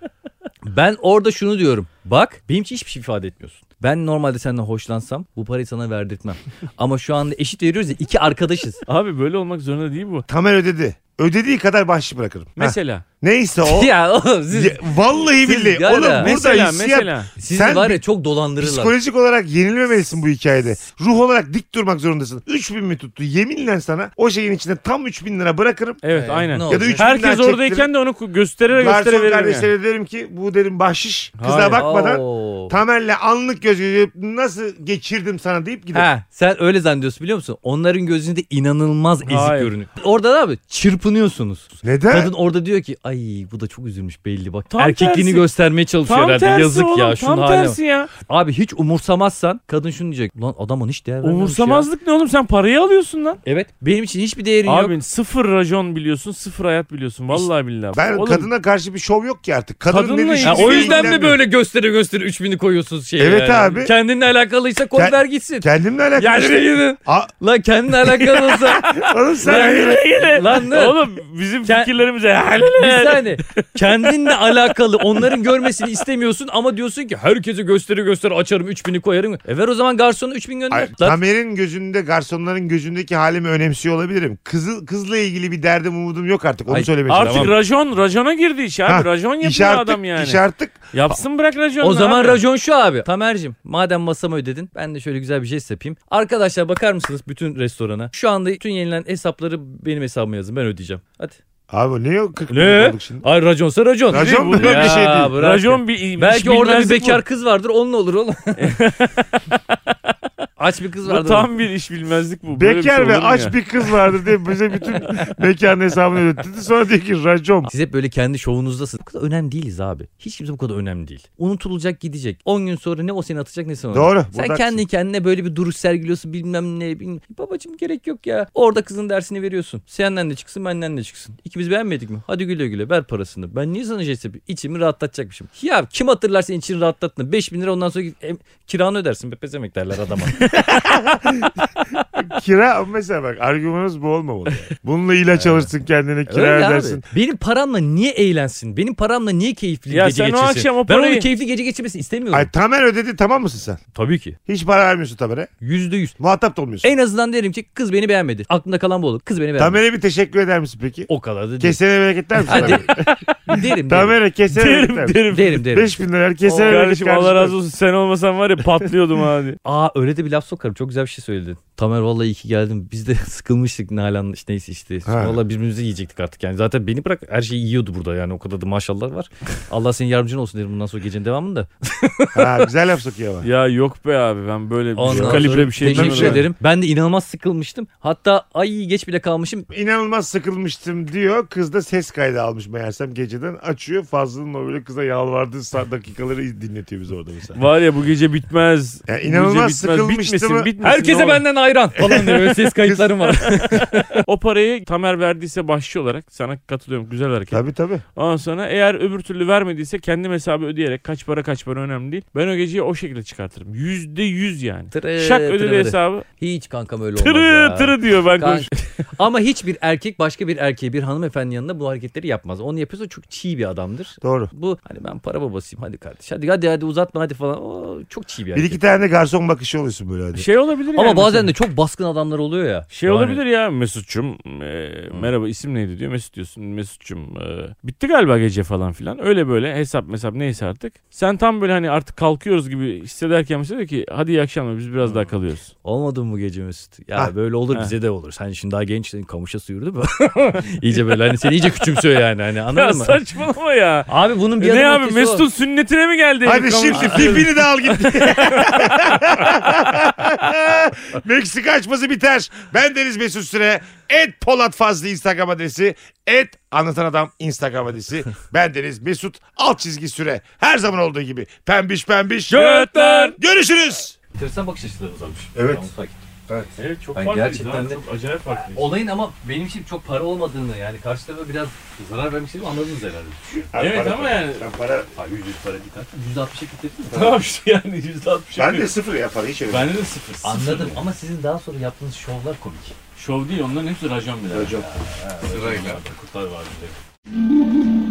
Speaker 3: Ben orada şunu diyorum. Bak benim için hiçbir şey ifade etmiyorsun. Ben normalde senden hoşlansam bu parayı sana verdirtmem. Ama şu anda eşit veriyoruz ya iki arkadaşız.
Speaker 2: Abi böyle olmak zorunda değil bu.
Speaker 1: Tamer ödedi. Ödediği kadar bahşiş bırakırım. Heh.
Speaker 2: Mesela.
Speaker 1: Neyse o.
Speaker 3: ya oğlum siz,
Speaker 1: Ya, vallahi
Speaker 3: Siz
Speaker 1: billahi.
Speaker 3: galiba-
Speaker 1: Oğlum burada
Speaker 2: Mesela
Speaker 1: hissiyat-
Speaker 2: mesela.
Speaker 3: sizi
Speaker 1: Sen
Speaker 3: var ya çok dolandırırlar.
Speaker 1: Psikolojik olarak yenilmemelisin bu hikayede. Ruh olarak dik durmak zorundasın. 3000 mi tuttu? Yeminle sana o şeyin içinde tam 3000 lira bırakırım.
Speaker 2: Evet
Speaker 3: Ee,
Speaker 2: aynen.
Speaker 3: ne
Speaker 1: Ya da
Speaker 3: olacak?
Speaker 1: 3000
Speaker 2: Herkes
Speaker 1: lira
Speaker 2: oradayken de onu ku- göstere göstere
Speaker 1: Garson
Speaker 2: veririm yani.
Speaker 1: kardeşlere derim ki bu derim bahşiş. Kıza
Speaker 2: Hayır.
Speaker 1: bakmadan
Speaker 3: Oo.
Speaker 1: Tamer'le anlık göz göze gelip, nasıl geçirdim sana deyip giderim.
Speaker 3: Ha, sen öyle zannediyorsun biliyor musun? Onların gözünde inanılmaz ezik
Speaker 2: Hayır.
Speaker 3: görünüyor. Orada da abi çırp çırpınıyorsunuz.
Speaker 1: Neden?
Speaker 3: Kadın orada diyor ki ay bu da çok üzülmüş belli bak.
Speaker 2: Tam
Speaker 3: Erkekliğini
Speaker 2: tersi.
Speaker 3: göstermeye çalışıyor
Speaker 2: Tam
Speaker 3: herhalde.
Speaker 2: tersi
Speaker 3: Yazık
Speaker 2: oğlum,
Speaker 3: ya
Speaker 2: tam
Speaker 3: şunun haline. bak.
Speaker 2: tersi ya.
Speaker 3: Abi hiç umursamazsan kadın şunu diyecek. Lan adamın hiç değer vermemiş ya.
Speaker 2: Umursamazlık ne oğlum sen parayı alıyorsun lan.
Speaker 3: Evet benim için hiçbir değerin yok.
Speaker 2: Abin sıfır rajon biliyorsun sıfır hayat biliyorsun vallahi billahi.
Speaker 1: Ben
Speaker 2: Oğlum,
Speaker 1: kadına karşı bir şov yok ki artık. Kadının
Speaker 2: Kadınla
Speaker 1: ne
Speaker 2: ya,
Speaker 3: Ha,
Speaker 1: düşündüğü
Speaker 3: o yüzden mi
Speaker 1: ilgilenmiyor.
Speaker 3: böyle göstere göstere 3000'i koyuyorsunuz şeye?
Speaker 1: Evet
Speaker 3: yani?
Speaker 1: abi.
Speaker 3: Kendinle alakalıysa koy
Speaker 1: Ken-
Speaker 3: ver gitsin.
Speaker 1: Kendimle alakalı.
Speaker 2: Yani
Speaker 1: işte.
Speaker 2: gidin.
Speaker 1: A-
Speaker 3: Lan kendinle alakalıysa.
Speaker 1: oğlum sen
Speaker 3: lan, lan
Speaker 2: Oğlum
Speaker 3: ne?
Speaker 2: bizim
Speaker 3: Ke-
Speaker 2: fikirlerimize
Speaker 3: Bir
Speaker 2: helal.
Speaker 3: saniye. Kendinle alakalı onların görmesini istemiyorsun ama diyorsun ki herkese gösteri gösteri açarım 3000'i koyarım. E ver o zaman garsonu 3000 gönder.
Speaker 1: Ay,
Speaker 3: Lan
Speaker 1: Tamer'in gözünde garsonların gözündeki halimi önemsiyor olabilirim. Kızı, kızla ilgili bir derdim umudum yok artık. Onu
Speaker 3: Ay,
Speaker 1: söylemeye
Speaker 2: Artık
Speaker 1: çalışıyorum.
Speaker 3: Tamam.
Speaker 2: rajon, rajona girdi iş abi.
Speaker 1: Ha,
Speaker 2: rajon yapıyor
Speaker 1: İş artık,
Speaker 2: adam yani.
Speaker 1: iş artık.
Speaker 2: Yapsın bırak rajonu.
Speaker 3: O zaman
Speaker 2: abi.
Speaker 3: racon şu abi. Tamer'cim madem masamı ödedin ben de şöyle güzel bir jest yapayım. Arkadaşlar bakar mısınız bütün restorana? Şu anda bütün yenilen hesapları benim hesabıma yazın ben ödeyeceğim. Hadi.
Speaker 1: Abi ne yok 40
Speaker 3: Ne?
Speaker 1: olduk şimdi.
Speaker 3: Ay raconsa racon.
Speaker 1: Racon
Speaker 3: Ya,
Speaker 1: bu da bir şey değil.
Speaker 3: bırak ya.
Speaker 2: Rajon bir
Speaker 3: Belki orada bir
Speaker 2: bilmezlik
Speaker 3: bekar
Speaker 2: bu.
Speaker 3: kız vardır onunla olur oğlum. Aç bir kız
Speaker 2: Bu
Speaker 3: vardır.
Speaker 2: tam bir iş bilmezlik bu. Böyle bir şey
Speaker 1: Bekar ve
Speaker 2: olur mu
Speaker 1: aç
Speaker 2: ya?
Speaker 1: bir kız vardı diye bize bütün mekanın hesabını ödetti. Sonra diyor ki racon.
Speaker 3: Siz hep böyle kendi şovunuzdasınız. Bu kadar önemli değiliz abi. Hiç kimse bu kadar önemli değil. Unutulacak gidecek. 10 gün sonra ne o seni atacak ne sen onu.
Speaker 1: Doğru.
Speaker 3: Sen
Speaker 1: burada
Speaker 3: kendi kendine böyle bir duruş sergiliyorsun bilmem ne. Bilmem. Babacım gerek yok ya. Orada kızın dersini veriyorsun. Senden de çıksın benden de çıksın. İkimiz beğenmedik mi? Hadi güle güle ver parasını. Ben niye sana şey yapayım? İçimi rahatlatacakmışım. Ya kim hatırlar senin için rahatlattığını? 5000 lira ondan sonra git- em, kiranı ödersin. Be pezemek derler adama.
Speaker 1: haklısın. Kira mesela bak argümanımız bu olmamalı. yani. Bununla ilaç alırsın kendine kira
Speaker 3: Öyle
Speaker 1: ödersin.
Speaker 3: abi. Benim paramla niye eğlensin? Benim paramla niye keyifli
Speaker 2: Ya
Speaker 3: gece
Speaker 2: sen o
Speaker 3: geçirsin?
Speaker 2: akşam o
Speaker 3: Ben
Speaker 2: parayı-
Speaker 3: onun keyifli gece geçirmesini istemiyorum.
Speaker 1: Ay Tamer ödedi tamam mısın sen?
Speaker 3: Tabii ki.
Speaker 1: Hiç para vermiyorsun Tamer'e.
Speaker 3: Yüzde yüz.
Speaker 1: Muhatap da
Speaker 2: E-
Speaker 1: olmuyorsun.
Speaker 3: En azından derim ki kız beni beğenmedi. Aklımda kalan bu olur. Kız beni beğenmedi.
Speaker 1: Tamer'e bir teşekkür eder misin peki?
Speaker 3: O kadar da değil.
Speaker 1: Kesene bereketler misin?
Speaker 3: Hadi.
Speaker 1: Tamer'e?
Speaker 3: derim derim.
Speaker 1: Tamer'e kesene bereketler
Speaker 2: Derim
Speaker 1: misin?
Speaker 2: derim.
Speaker 3: derim derim.
Speaker 1: 5000 lira kesene
Speaker 2: Kardeşim Allah razı olsun sen olmasan var ya patlıyordum abi.
Speaker 3: Aa öyle de bir laf sokarım. Çok güzel bir şey söyledin. Tamer vallahi iyi ki geldin. Biz de sıkılmıştık Nalan'la işte neyse işte.
Speaker 1: Ha.
Speaker 3: Vallahi birbirimizi yiyecektik artık yani. Zaten beni bırak her şeyi yiyordu burada yani. O kadar da maşallah var. Allah senin yardımcın olsun derim bundan sonra gecenin devamında.
Speaker 1: Ha, güzel laf sokuyor ama.
Speaker 2: Ya yok be abi ben böyle
Speaker 3: Ondan
Speaker 2: bir
Speaker 3: sonra
Speaker 2: kalibre bir şey
Speaker 3: Teşekkür
Speaker 2: bilmiyorum.
Speaker 3: ederim. Ben de inanılmaz sıkılmıştım. Hatta ay geç bile kalmışım.
Speaker 1: İnanılmaz sıkılmıştım diyor. Kız da ses kaydı almış meğersem geceden. Açıyor Fazlı'nın o böyle kıza yalvardığı sa- dakikaları dinletiyor biz orada mesela.
Speaker 2: Var ya bu gece bitmez.
Speaker 1: Ya
Speaker 2: Bu gece
Speaker 1: inanılmaz
Speaker 2: bitmez.
Speaker 1: sıkılmıştım ama-
Speaker 2: Bitmesin, bitmesin.
Speaker 3: Herkese
Speaker 2: oğlum.
Speaker 3: benden ayran falan diye böyle ses kayıtlarım var.
Speaker 2: O parayı Tamer verdiyse başçı olarak sana katılıyorum. Güzel hareket.
Speaker 1: Tabii tabii.
Speaker 2: Ondan sonra eğer öbür türlü vermediyse kendim hesabı ödeyerek kaç para kaç para önemli değil. Ben o geceyi o şekilde çıkartırım. Yüzde yüz yani.
Speaker 3: Tırı,
Speaker 2: Şak
Speaker 3: tırı,
Speaker 2: ödedi
Speaker 3: Ee, tırı.
Speaker 2: hesabı.
Speaker 3: Hiç kankam öyle olmaz
Speaker 2: Tırı
Speaker 3: ya.
Speaker 2: tırı diyor ben
Speaker 3: Kanka-
Speaker 2: konuş.
Speaker 3: Ama hiçbir erkek başka bir erkeğe bir hanımefendi yanında bu hareketleri yapmaz. Onu yapıyorsa çok çiğ bir adamdır.
Speaker 1: Doğru.
Speaker 3: Bu hani ben para babasıyım hadi kardeş hadi hadi hadi uzatma hadi falan. Oo, çok çiğ bir
Speaker 1: Bir
Speaker 3: hareket.
Speaker 1: iki tane de garson bakışı oluyorsun böyle hadi.
Speaker 2: Şey olabilir yani.
Speaker 3: Ama
Speaker 2: mesela.
Speaker 3: bazen de çok baskın adamlar oluyor ya.
Speaker 2: Şey
Speaker 3: Yani
Speaker 2: olabilir ya Mesut'cum e, merhaba isim neydi diyor Mesut diyorsun Mesut'cum e, bitti galiba gece falan filan öyle böyle hesap hesap neyse artık. Sen tam böyle hani artık kalkıyoruz gibi hissederken mesela diyor ki hadi iyi akşamlar biz biraz daha kalıyoruz.
Speaker 3: Olmadı mı bu gece Mesut? Ya
Speaker 1: Ha.
Speaker 3: böyle olur
Speaker 2: Ha.
Speaker 3: bize de olur. Sen şimdi daha gençsin kamışa sıyırdı mı? iyice böyle hani seni iyice küçümsüyor yani hani
Speaker 2: Ya
Speaker 3: anladın mı?
Speaker 2: saçmalama ya.
Speaker 3: Abi bunun bir
Speaker 2: ne abi
Speaker 3: adım ötesi o.
Speaker 2: Mesut'un sünnetine mi geldi?
Speaker 1: Hadi
Speaker 2: Kamu-
Speaker 1: şimdi pipini de al git. Meksika açması biter. Ben Deniz Mesut Süre. Et Polat Fazlı Instagram adresi. Et Anlatan Adam Instagram adresi. Ben Deniz Mesut alt çizgi süre. Her zaman olduğu gibi. Pembiş pembiş.
Speaker 2: Götler.
Speaker 1: Görüşürüz.
Speaker 3: Enteresan bakış açılarımız olmuş.
Speaker 1: Evet.
Speaker 3: Tamam, fark ettim.
Speaker 2: Evet çok
Speaker 3: Ben
Speaker 2: farklıyız
Speaker 3: gerçekten
Speaker 2: lan,
Speaker 3: de-
Speaker 2: çok acayip şey. farklıyız.
Speaker 3: Olayın ama benim için çok para olmadığını yani karşı tarafa biraz zarar vermişlerim anladınız herhalde.
Speaker 2: Evet ama yani
Speaker 1: Ben para,
Speaker 3: Abi %100 para değil artık. %60'a kilitlediniz mi?
Speaker 2: tamam işte yani yüzde altmış.
Speaker 1: ben de sıfır ya para hiç öyle.
Speaker 2: Bende de sıfır. sıfır.
Speaker 3: Anladım ama sizin daha sonra yaptığınız şovlar komik.
Speaker 2: Şov değil onların hepsi racon bile. Racon. Sırayla. Kurtlar var bir de.